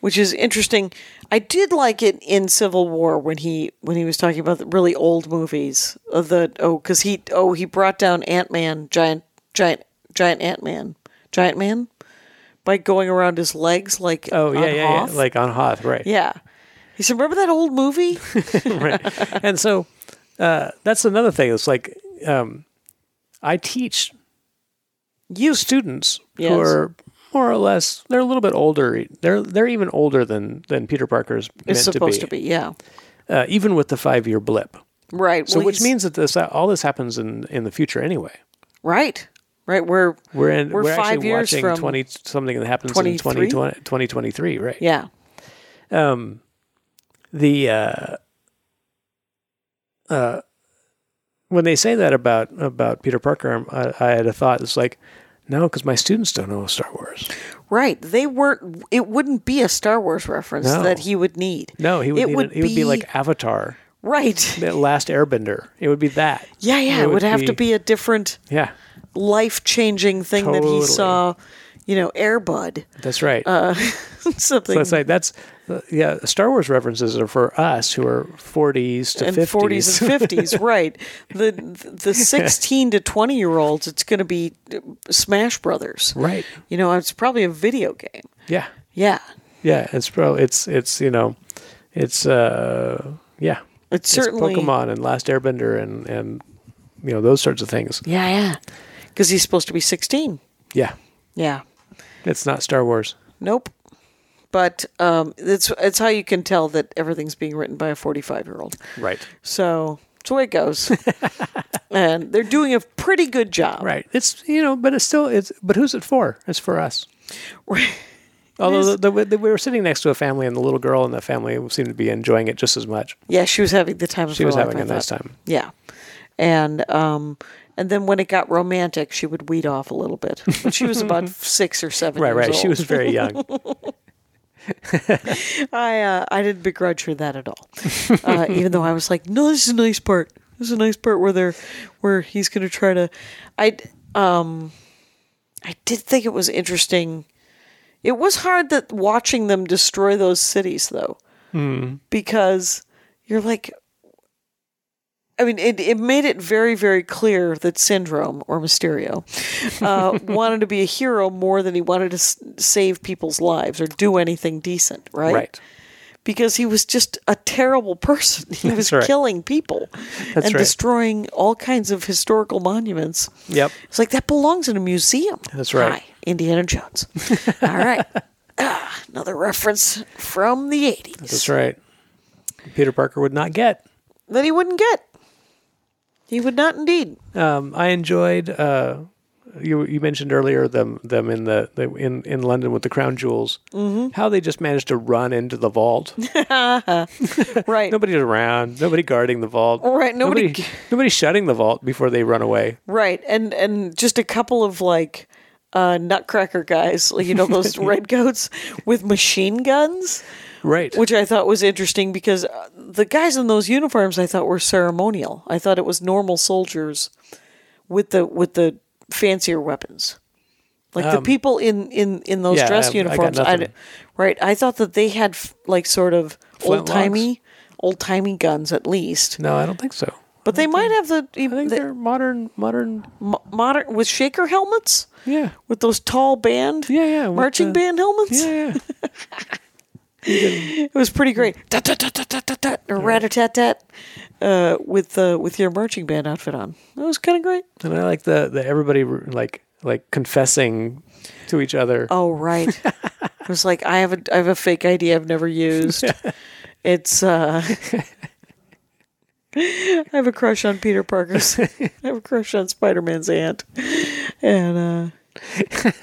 Speaker 1: which is interesting. I did like it in Civil War when he when he was talking about the really old movies of the oh because he oh he brought down Ant Man giant giant giant Ant Man giant man by going around his legs like
Speaker 2: Oh yeah,
Speaker 1: on
Speaker 2: yeah, yeah,
Speaker 1: Hoth.
Speaker 2: like on Hoth, right?
Speaker 1: yeah. He said, "Remember that old movie?"
Speaker 2: right. And so uh, that's another thing. It's like um, I teach you students
Speaker 1: Yes.
Speaker 2: who are more or less they're a little bit older. They're they're even older than than Peter Parker's meant
Speaker 1: It's supposed to be. yeah,
Speaker 2: Uh, even with the five year blip.
Speaker 1: right.
Speaker 2: So
Speaker 1: well,
Speaker 2: which
Speaker 1: he's-
Speaker 2: means that this all this happens in in the future anyway.
Speaker 1: right, right. We're
Speaker 2: We're in
Speaker 1: We're
Speaker 2: we're,
Speaker 1: five
Speaker 2: actually
Speaker 1: years
Speaker 2: watching
Speaker 1: from-
Speaker 2: 20 something that happens
Speaker 1: 23?
Speaker 2: in 2020, 2023, right?
Speaker 1: yeah,
Speaker 2: Um, the uh, uh, when they say that about about Peter Parker, I'm- I, I had a thought. It's like no, because my students don't know Star Wars.
Speaker 1: right. They weren't. It wouldn't be a Star Wars reference
Speaker 2: No.
Speaker 1: that he would need.
Speaker 2: No, he would
Speaker 1: It
Speaker 2: need
Speaker 1: would
Speaker 2: it. It would be
Speaker 1: be-
Speaker 2: like Avatar,
Speaker 1: Right.
Speaker 2: the Last Airbender. It would be that.
Speaker 1: Yeah, yeah. It, would, have to be a different
Speaker 2: Yeah,
Speaker 1: life changing thing that he
Speaker 2: Totally.
Speaker 1: saw, you know, Airbud.
Speaker 2: that's right.
Speaker 1: Uh, Something
Speaker 2: so it's like that's yeah. Star Wars references are for us who are forties to
Speaker 1: in
Speaker 2: fifties.
Speaker 1: forties and fifties, right. The the sixteen to twenty year olds, it's gonna be Smash Brothers.
Speaker 2: right?
Speaker 1: You know, it's probably a video game.
Speaker 2: Yeah,
Speaker 1: Yeah.
Speaker 2: yeah. It's probably it's it's you know, it's uh yeah.
Speaker 1: It's certainly
Speaker 2: it's Pokemon and Last Airbender and and you know those sorts of things.
Speaker 1: Yeah, yeah. Because he's supposed to be sixteen.
Speaker 2: Yeah,
Speaker 1: Yeah.
Speaker 2: it's not Star Wars.
Speaker 1: Nope. But um, it's it's how you can tell that everything's being written by a forty five year old.
Speaker 2: Right.
Speaker 1: So it's the way it goes. and they're doing a pretty good job.
Speaker 2: Right. It's you know, but it's still it's but who's it for? It's for us. Although the, the, we were sitting next to a family, and the little girl in the family seemed to be enjoying it just as much.
Speaker 1: Yeah, she was having the time of
Speaker 2: She
Speaker 1: her
Speaker 2: was
Speaker 1: life,
Speaker 2: having
Speaker 1: I
Speaker 2: a nice
Speaker 1: thought.
Speaker 2: time.
Speaker 1: Yeah. And um and then when it got romantic, she would weed off a little bit. But she was about six or seven.
Speaker 2: Right,
Speaker 1: years
Speaker 2: right. She
Speaker 1: old.
Speaker 2: was very young.
Speaker 1: I uh, I didn't begrudge her that at all, uh, even though I was like, no, this is a nice part. This is a nice part where they're where he's going to try to. I um, I did think it was interesting. It was hard that watching them destroy those cities though, because you're like. I mean, it, it made it very, very clear that Syndrome or Mysterio uh, wanted to be a hero more than he wanted to s- save people's lives or do anything decent, right?
Speaker 2: right.
Speaker 1: because he was just a terrible person. He was
Speaker 2: right.
Speaker 1: killing people and
Speaker 2: right.
Speaker 1: destroying all kinds of historical monuments.
Speaker 2: Yep.
Speaker 1: It's like that belongs in a museum.
Speaker 2: That's right.
Speaker 1: Hi, Indiana Jones. all right. Ah, another reference from the 80s
Speaker 2: That's right. Peter Parker would not get.
Speaker 1: that he wouldn't get. He would not indeed.
Speaker 2: Um, I enjoyed. Uh, you you mentioned earlier them them in the, the in in London with the crown jewels. Mm-hmm. How they just managed to run into the vault.
Speaker 1: Right.
Speaker 2: Nobody's around. Nobody guarding the vault.
Speaker 1: Right, nobody-
Speaker 2: Nobody, nobody's shutting the vault before they run away.
Speaker 1: Right, and and just a couple of like uh, nutcracker guys, like, you know those redcoats with machine guns,
Speaker 2: Right.
Speaker 1: which I thought was interesting because uh, the guys in those uniforms I thought were ceremonial. I thought it was normal soldiers with the with the fancier weapons. Like the people in in in those
Speaker 2: Um, yeah, I- I
Speaker 1: dress
Speaker 2: got
Speaker 1: uniforms, I d-
Speaker 2: nothing.
Speaker 1: right? I thought that they had f- like sort of old
Speaker 2: Flintlocks?
Speaker 1: timey old timey guns at least.
Speaker 2: no, I don't think so.
Speaker 1: But they might have the, e,
Speaker 2: I think
Speaker 1: the-
Speaker 2: they're modern, modern.
Speaker 1: mo- modern with shaker helmets
Speaker 2: Yeah,
Speaker 1: with those tall band,
Speaker 2: Yeah, yeah, with
Speaker 1: marching
Speaker 2: the-
Speaker 1: band helmets.
Speaker 2: yeah, yeah.
Speaker 1: It was pretty great.
Speaker 2: Mm.
Speaker 1: Tut, tut, tut, tut, tut, tut, tut, or rat a tat tat uh, with uh, with your marching band outfit on. That was kind of great.
Speaker 2: and I like the the everybody like like confessing to each other.
Speaker 1: Oh right. it was like I have a I have a fake ID I've never used. It's uh I have a crush on Peter Parker's I have a crush on Spider Man's aunt. And uh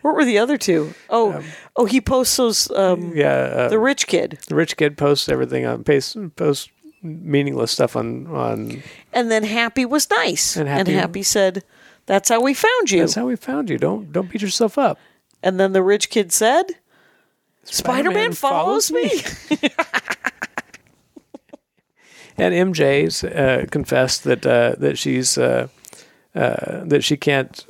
Speaker 1: what were the other two? Oh oh he posts those um
Speaker 2: Um, Yeah, uh,
Speaker 1: the rich kid.
Speaker 2: the rich kid posts everything on posts posts meaningless stuff on on.
Speaker 1: And then Happy was nice.
Speaker 2: And Happy-
Speaker 1: said, That's how we found you.
Speaker 2: That's how we found you. Don't don't beat yourself up.
Speaker 1: and then the rich kid said Spider Man follows me.
Speaker 2: And MJ's uh, confessed that uh, that she's uh, uh, that she can't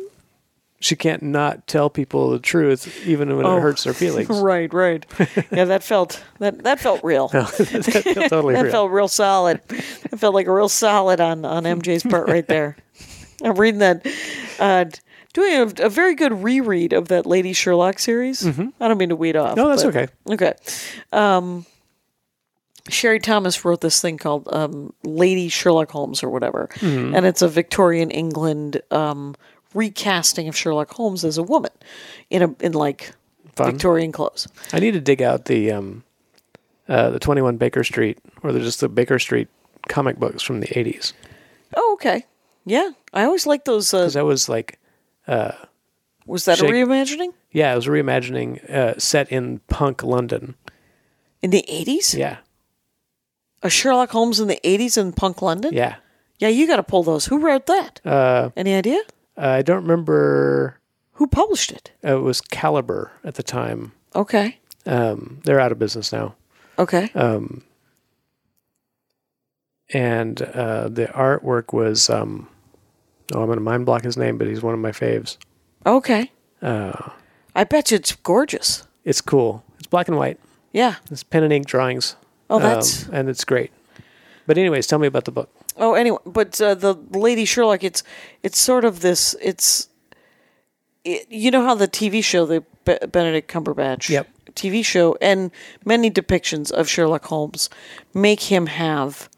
Speaker 2: she can't not tell people the truth even
Speaker 1: Oh.
Speaker 2: when it hurts their feelings.
Speaker 1: Right, right. Yeah, that felt that that felt real.
Speaker 2: that felt totally
Speaker 1: that
Speaker 2: real.
Speaker 1: felt real solid. That felt like a real solid on on MJ's part right there. I'm reading that, uh, doing a, a very good reread of that Lady Sherlock series. I don't mean to weed off.
Speaker 2: No, that's
Speaker 1: but-
Speaker 2: okay.
Speaker 1: Okay. Um, Sherry Thomas wrote this thing called um, Lady Sherlock Holmes or whatever,
Speaker 2: Mm-hmm.
Speaker 1: and it's a Victorian England um, recasting of Sherlock Holmes as a woman in a in like
Speaker 2: Fun.
Speaker 1: Victorian clothes.
Speaker 2: I need to dig out the um, uh, the Twenty One Baker Street, or they're just the Baker Street comic books from the eighties,
Speaker 1: Oh, okay. Yeah, I always like those. Uh,
Speaker 2: because that was like,
Speaker 1: was that
Speaker 2: Shake-
Speaker 1: a reimagining
Speaker 2: yeah, it was reimagining uh, set in punk London.
Speaker 1: in the eighties?
Speaker 2: Yeah,
Speaker 1: A Sherlock Holmes in the eighties in punk London?
Speaker 2: yeah.
Speaker 1: Yeah, you got to pull those. Who wrote that?
Speaker 2: Uh,
Speaker 1: Any idea?
Speaker 2: I don't remember.
Speaker 1: Who published it?
Speaker 2: Uh, it was Caliber at the time.
Speaker 1: Okay.
Speaker 2: Um, they're out of business now.
Speaker 1: Okay.
Speaker 2: Um, and uh, the artwork was um, oh, I'm gonna mind block his name, but he's one of my faves.
Speaker 1: okay.
Speaker 2: Uh,
Speaker 1: I bet you it's gorgeous.
Speaker 2: it's cool. It's black and white.
Speaker 1: Yeah.
Speaker 2: It's pen and ink drawings. Um,
Speaker 1: Oh, that's-
Speaker 2: and it's great. But anyways, tell me about the book.
Speaker 1: Oh, anyway, but uh, the Lady Sherlock, it's it's sort of this. It's it, you know how the TV show, the Be- Benedict Cumberbatch
Speaker 2: Yep.
Speaker 1: TV show, and many depictions of Sherlock Holmes make him have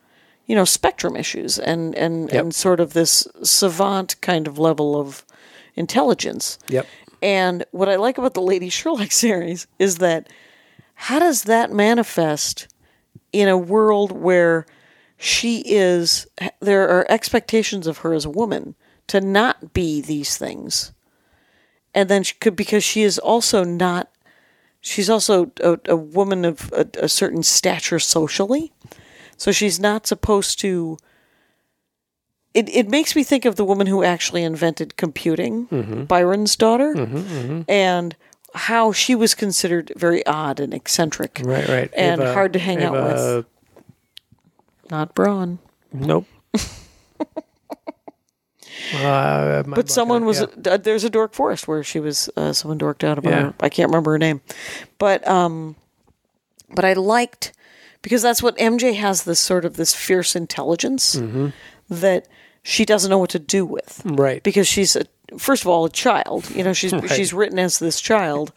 Speaker 1: you know spectrum issues and and
Speaker 2: Yep.
Speaker 1: and sort of this savant kind of level of intelligence.
Speaker 2: Yep.
Speaker 1: And what I like about the Lady Sherlock series is that how does that manifest in a world where she is there are expectations of her as a woman to not be these things and then she could because she is also not she's also a, a woman of a, a certain stature socially so she's not supposed to it, it makes me think of the woman who actually invented computing byron's daughter and how she was considered very odd and eccentric
Speaker 2: Right, right.
Speaker 1: and hard to hang out with not braun
Speaker 2: Nope. uh,
Speaker 1: but someone was uh, there's a dork forest where she was uh, someone dorked out about
Speaker 2: Yeah.
Speaker 1: her. I can't remember her name, but um, but I liked because that's what MJ has this sort of this fierce intelligence that she doesn't know what to do with,
Speaker 2: Right.
Speaker 1: Because she's a first of all a child, you know she's she's written as this child,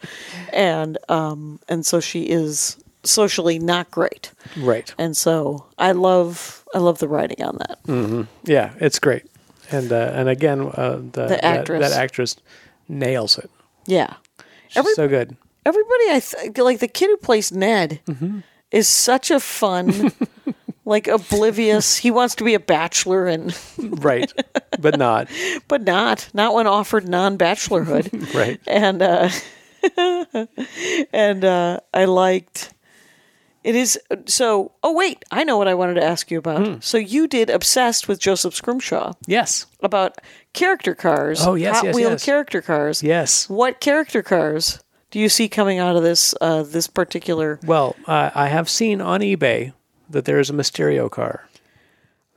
Speaker 1: and um and so she is socially not great,
Speaker 2: right.
Speaker 1: and so I love I love the writing on that.
Speaker 2: Yeah, it's great. And uh, and again, uh, the, that-
Speaker 1: actress.
Speaker 2: that, actress nails it.
Speaker 1: Yeah,
Speaker 2: She's so good.
Speaker 1: everybody I th- like the kid who plays Ned
Speaker 2: Mm-hmm.
Speaker 1: is such a fun like oblivious he wants to be a bachelor and
Speaker 2: Right, but not
Speaker 1: but not not when offered non-bachelorhood
Speaker 2: right.
Speaker 1: and uh and uh I liked it is so oh wait I know what I wanted to ask you
Speaker 2: Hmm.
Speaker 1: about so you did obsessed with Joseph Scrimshaw
Speaker 2: Yes,
Speaker 1: about character cars
Speaker 2: Oh, yes,
Speaker 1: Hot
Speaker 2: yes,
Speaker 1: Wheel
Speaker 2: yes.
Speaker 1: character cars
Speaker 2: yes.
Speaker 1: what character cars do you see coming out of this uh this particular
Speaker 2: Well, uh, I have seen on eBay that there is a Mysterio car.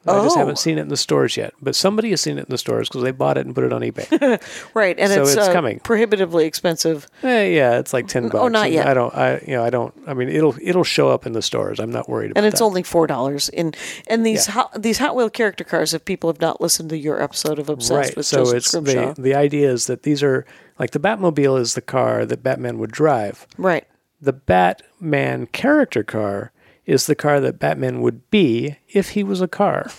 Speaker 2: I just
Speaker 1: Oh.
Speaker 2: haven't seen it in the stores yet. But somebody has seen it in the stores because they bought it and put it on eBay.
Speaker 1: Right, and
Speaker 2: So
Speaker 1: it's,
Speaker 2: it's
Speaker 1: uh,
Speaker 2: coming.
Speaker 1: prohibitively expensive.
Speaker 2: Eh, yeah, it's like ten bucks.
Speaker 1: Oh, not
Speaker 2: and
Speaker 1: yet.
Speaker 2: I don't. I you know I don't. I mean, it'll it'll show up in the stores. I'm not worried about
Speaker 1: and it's
Speaker 2: that.
Speaker 1: only four dollars. And and these
Speaker 2: Yeah.
Speaker 1: hot, these Hot Wheel character cars. If people have not listened to your episode of Obsessed with
Speaker 2: so
Speaker 1: Joseph
Speaker 2: it's
Speaker 1: Scrimshaw,
Speaker 2: the the idea is that these are like the Batmobile is the car that Batman would drive.
Speaker 1: right?
Speaker 2: The Batman character car is the car that Batman would be if he was a car.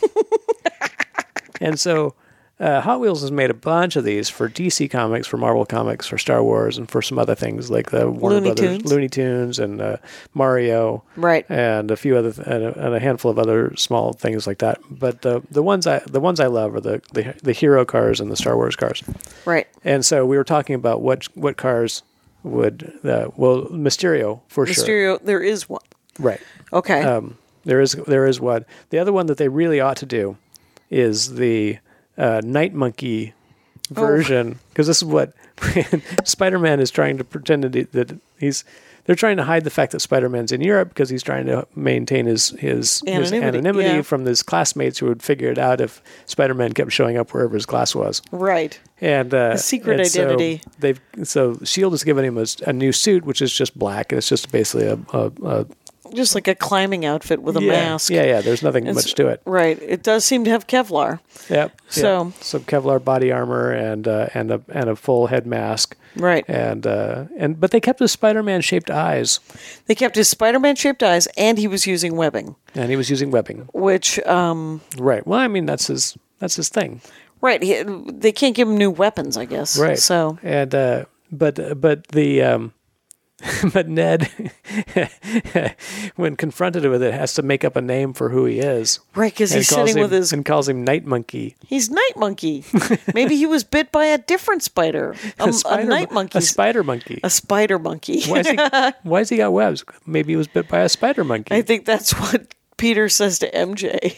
Speaker 2: and so uh, Hot Wheels has made a bunch of these for DC Comics, for Marvel Comics, for Star Wars, and for some other things like the Warner
Speaker 1: Looney
Speaker 2: Brothers
Speaker 1: Tunes.
Speaker 2: Looney Tunes and uh, Mario,
Speaker 1: Right.
Speaker 2: And a few other th- and, a, and a handful of other small things like that. But the the ones I the ones I love are the the, the hero cars and the Star Wars cars.
Speaker 1: Right.
Speaker 2: And so we were talking about what what cars would uh, well Mysterio for sure,
Speaker 1: Mysterio, there is one.
Speaker 2: right?
Speaker 1: Okay.
Speaker 2: Um, there is there is one. The other one that they really ought to do is the uh, Night Monkey
Speaker 1: Oh.
Speaker 2: version because this is what Spider-Man is trying to pretend that, he, that he's. They're trying to hide the fact that Spider-Man's in Europe because he's trying to maintain his his anonymity, his
Speaker 1: Anonymity,
Speaker 2: anonymity
Speaker 1: yeah.
Speaker 2: from his classmates who would figure it out if Spider-Man kept showing up wherever his class was
Speaker 1: right.
Speaker 2: and uh,
Speaker 1: secret
Speaker 2: and so
Speaker 1: identity.
Speaker 2: they've so Shield has given him a, s- a new suit, which is just black. It's just basically a, a, a
Speaker 1: Just like a climbing outfit with a
Speaker 2: yeah,
Speaker 1: mask.
Speaker 2: Yeah, yeah. There's nothing
Speaker 1: It's-
Speaker 2: much to it.
Speaker 1: Right. It does seem to have Kevlar.
Speaker 2: Yep.
Speaker 1: So-
Speaker 2: yep. some Kevlar body armor and uh, and a and a full head mask.
Speaker 1: Right.
Speaker 2: And uh, and but they kept his Spider-Man shaped eyes,
Speaker 1: They kept his Spider-Man shaped eyes, and he was using webbing,
Speaker 2: and he was using webbing.
Speaker 1: which um,
Speaker 2: Right. Well, I mean that's his that's his thing.
Speaker 1: right. He, they can't give him new weapons, I guess.
Speaker 2: Right.
Speaker 1: So
Speaker 2: and uh, but but the um, but Ned, when confronted with it, has to make up a name for who he is.
Speaker 1: right because
Speaker 2: And
Speaker 1: he's
Speaker 2: calls
Speaker 1: sitting
Speaker 2: him,
Speaker 1: with his
Speaker 2: and calls him Night Monkey.
Speaker 1: He's night monkey. Maybe he was bit by a different spider. Um, A, a
Speaker 2: spider
Speaker 1: night
Speaker 2: mon-
Speaker 1: monkey.
Speaker 2: A spider monkey.
Speaker 1: a spider monkey.
Speaker 2: Why is, he, why has he got webs? Maybe he was bit by a spider monkey.
Speaker 1: I think that's what Peter says to MJ.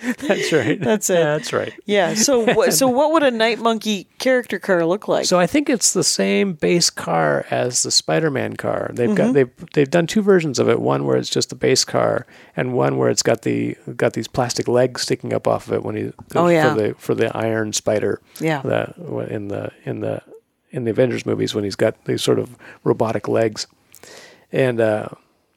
Speaker 2: that's right.
Speaker 1: That's it.
Speaker 2: That's right.
Speaker 1: Yeah. So what? So what would a night monkey character car look like?
Speaker 2: So I think it's the same base car as the Spider-Man car. They've got
Speaker 1: Mm-hmm.
Speaker 2: they've they've done two versions of it. One where it's just the base car, and one where it's got the got these plastic legs sticking up off of it when he
Speaker 1: Oh, yeah.
Speaker 2: for the for the Iron Spider.
Speaker 1: Yeah.
Speaker 2: that in the in the in the Avengers movies when he's got these sort of robotic legs, and uh,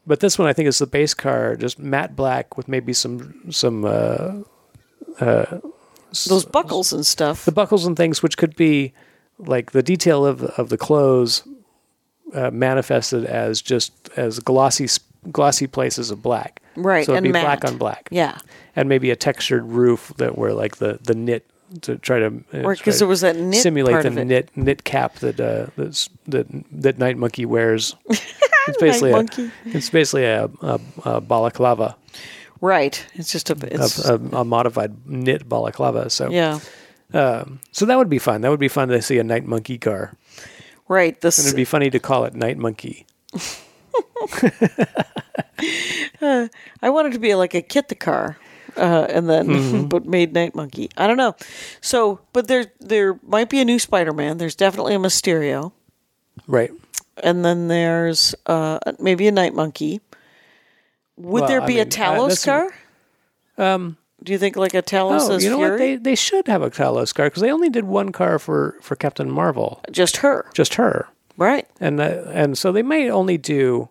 Speaker 2: but this one I think is the base car, just matte black with maybe some some. Uh,
Speaker 1: Those buckles and stuff.
Speaker 2: the buckles and things, which could be like the detail of of the clothes uh, manifested as just as glossy s- glossy places of black.
Speaker 1: Right,
Speaker 2: So
Speaker 1: and
Speaker 2: it'd be
Speaker 1: matte.
Speaker 2: black on black.
Speaker 1: yeah.
Speaker 2: And maybe a textured roof that were like the the knit to try to uh,
Speaker 1: Right,
Speaker 2: try
Speaker 1: 'cause
Speaker 2: to
Speaker 1: there was that knit
Speaker 2: simulate
Speaker 1: part
Speaker 2: the
Speaker 1: of it.
Speaker 2: knit knit cap that uh, that's, that that Night Monkey wears. It's basically
Speaker 1: Monkey.
Speaker 2: A, it's basically a, a, a balaclava,
Speaker 1: Right. It's just a.
Speaker 2: a,
Speaker 1: It's,
Speaker 2: a, a modified knit balaclava. So
Speaker 1: yeah.
Speaker 2: so that would be fun. That would be fun to see a Night Monkey car.
Speaker 1: Right. This.
Speaker 2: It'd be funny to call it Night Monkey.
Speaker 1: I wanted to be like a kit the car, uh, and then
Speaker 2: Mm-hmm.
Speaker 1: but made Night Monkey. I don't know. So, but there there might be a new Spider Man. There's definitely a Mysterio,
Speaker 2: Right.
Speaker 1: and then there's uh, maybe a Night Monkey. Would
Speaker 2: Well,
Speaker 1: there
Speaker 2: I
Speaker 1: be a
Speaker 2: mean, uh,
Speaker 1: Talos
Speaker 2: that's-
Speaker 1: car? Um, do you think like a Talos
Speaker 2: Oh,
Speaker 1: as
Speaker 2: you know
Speaker 1: Fury?
Speaker 2: what? They they should have a Talos car because they only did one car for for Captain Marvel,
Speaker 1: Just her,
Speaker 2: just her,
Speaker 1: right?
Speaker 2: and uh, and so they may only do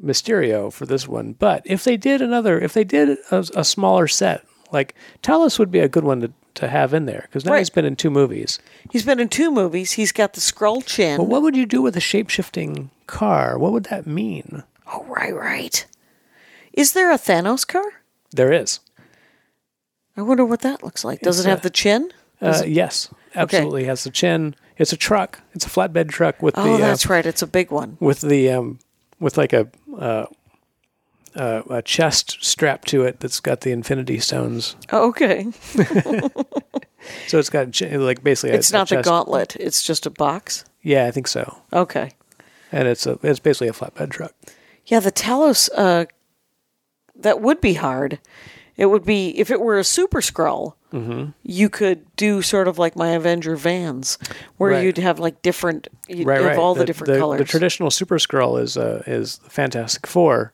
Speaker 2: Mysterio for this one. But if they did another, if they did a, a smaller set, like Talos would be a good one to to have in there because now
Speaker 1: Right.
Speaker 2: he's been in two movies.
Speaker 1: He's been in two movies. He's got the Skrull chin.
Speaker 2: But what would you do with a shape shifting car? What would that mean?
Speaker 1: Oh, right, right. Is there a Thanos car?
Speaker 2: There is.
Speaker 1: I wonder what that looks like. Does
Speaker 2: It's
Speaker 1: it have
Speaker 2: a-
Speaker 1: the chin?
Speaker 2: Uh, yes, absolutely has the chin. It's a truck. It's a flatbed truck with
Speaker 1: Oh,
Speaker 2: the uh,
Speaker 1: that's right. It's a big one.
Speaker 2: with the um, with like a uh, uh, a chest strapped to it that's got the Infinity Stones.
Speaker 1: Okay.
Speaker 2: So it's got ch- like basically a-
Speaker 1: It's
Speaker 2: a
Speaker 1: not the
Speaker 2: chest-
Speaker 1: gauntlet. It's just a box.
Speaker 2: Yeah, I think so.
Speaker 1: Okay.
Speaker 2: And it's a it's basically a flatbed truck.
Speaker 1: Yeah, the Talos. Uh, that would be hard. It would be if it were a super scroll.
Speaker 2: Mm-hmm.
Speaker 1: You could do sort of like my Avenger vans, where
Speaker 2: Right.
Speaker 1: you'd have like different, you'd have all the, different
Speaker 2: the,
Speaker 1: colors.
Speaker 2: The traditional Super Skrull is uh, is Fantastic Four,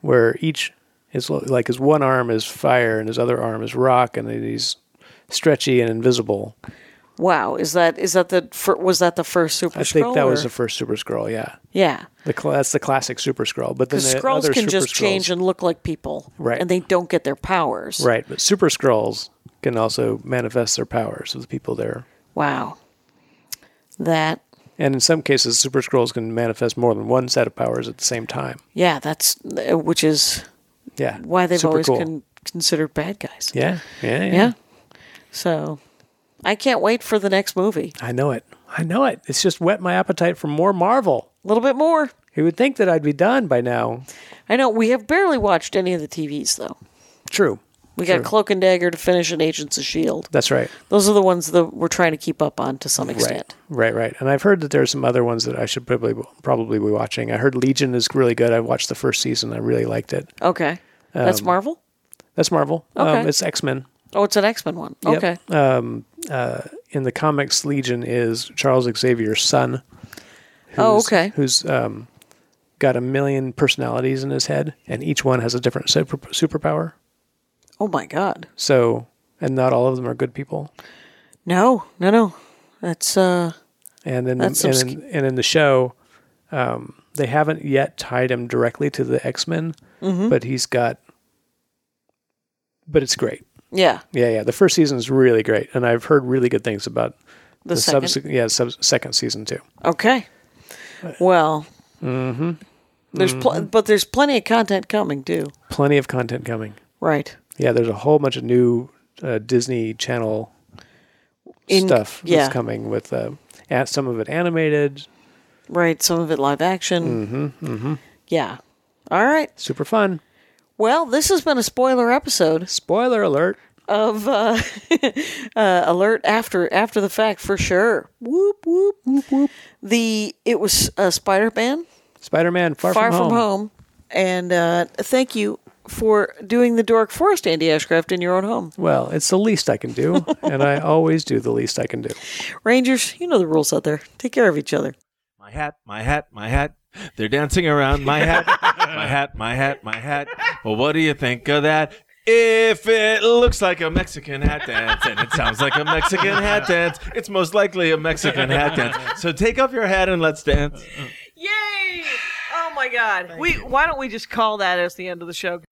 Speaker 2: where each his lo- like his one arm is fire and his other arm is rock, and then he's stretchy and invisible.
Speaker 1: Wow, is that is that the fir- was that the first Super
Speaker 2: I think that was the first Super Scroll. Yeah,
Speaker 1: yeah.
Speaker 2: the cl- that's the classic Super Scroll. But then
Speaker 1: Because
Speaker 2: the
Speaker 1: scrolls
Speaker 2: other
Speaker 1: can
Speaker 2: Super
Speaker 1: just
Speaker 2: Skrulls-
Speaker 1: change and look like people,
Speaker 2: Right.
Speaker 1: And they don't get their powers,
Speaker 2: right, but Super Scrolls can also manifest their powers of the people there.
Speaker 1: Wow, that
Speaker 2: And in some cases, Super Scrolls can manifest more than one set of powers at the same time.
Speaker 1: yeah, that's which is
Speaker 2: Yeah.
Speaker 1: why they've
Speaker 2: Super
Speaker 1: always
Speaker 2: cool.
Speaker 1: been considered bad guys.
Speaker 2: Yeah, yeah, yeah.
Speaker 1: yeah. So, I can't wait for the next movie.
Speaker 2: I know it. I know it. It's just whet my appetite for more Marvel.
Speaker 1: A little bit more.
Speaker 2: You would think that I'd be done by now.
Speaker 1: I know we have barely watched any of the TVs though.
Speaker 2: True.
Speaker 1: We
Speaker 2: True.
Speaker 1: got Cloak and Dagger to finish and Agents of Shield.
Speaker 2: That's right.
Speaker 1: E Those are the ones that we're trying to keep up on to some extent.
Speaker 2: Right, right. And I've heard that there are some other ones that I should probably probably be watching. I heard Legion is really good. I watched the first season. I really liked it.
Speaker 1: Okay, that's
Speaker 2: Um,
Speaker 1: Marvel.
Speaker 2: That's Marvel. Um,
Speaker 1: Okay.
Speaker 2: it's X Men.
Speaker 1: Oh, it's an X Men one.
Speaker 2: Yep. Uh,
Speaker 1: Okay.
Speaker 2: In the comics, Legion is Charles Xavier's son.
Speaker 1: Oh,
Speaker 2: who's-
Speaker 1: okay.
Speaker 2: Who's um, got a million personalities in his head, and each one has a different super, superpower.
Speaker 1: Oh my God.
Speaker 2: So, and not all of them are good people.
Speaker 1: No, no, no. That's uh.
Speaker 2: And then,
Speaker 1: That's
Speaker 2: and,
Speaker 1: obscu-
Speaker 2: in, and in the show, um, they haven't yet tied him directly to the X Men,
Speaker 1: Mm-hmm.
Speaker 2: but he's got. But it's great.
Speaker 1: Yeah.
Speaker 2: Yeah, yeah. The first season is really great, and I've heard really good things about
Speaker 1: The, second.
Speaker 2: subsequent. Yeah, sub- second season too.
Speaker 1: okay. Well. Mm-hmm. There's
Speaker 2: Mm-hmm.
Speaker 1: pl- but there's plenty of content coming too.
Speaker 2: Plenty of content coming.
Speaker 1: Right.
Speaker 2: Yeah, there's a whole bunch of new uh, Disney Channel
Speaker 1: In-
Speaker 2: stuff that's
Speaker 1: yeah.
Speaker 2: coming with uh, a- some of it animated,
Speaker 1: Right. Some of it live action. Mm-hmm. Mm-hmm. Yeah. All right.
Speaker 2: super fun.
Speaker 1: Well, this has been a spoiler episode
Speaker 2: Spoiler alert!
Speaker 1: of uh, uh, alert after after the fact for sure. Whoop whoop whoop whoop. The it was uh, Spider Man.
Speaker 2: Spider-Man Far,
Speaker 1: far,
Speaker 2: from, home.
Speaker 1: And uh, thank you for doing the Dork Forest, Andy Ashcraft, in your own home.
Speaker 2: Well, it's the least I can do, and I always do the least I can do.
Speaker 1: Rangers, you know the rules out there. Take care of each other.
Speaker 3: My hat, my hat, my hat. They're dancing around my hat, my hat, my hat, my hat. Well, what do you think of that? If it looks like a Mexican hat dance and it sounds like a Mexican hat dance, it's most likely a Mexican hat dance. So take off your hat and let's dance.
Speaker 1: Yay! Oh my God. We why don't we just call that as the end of the show?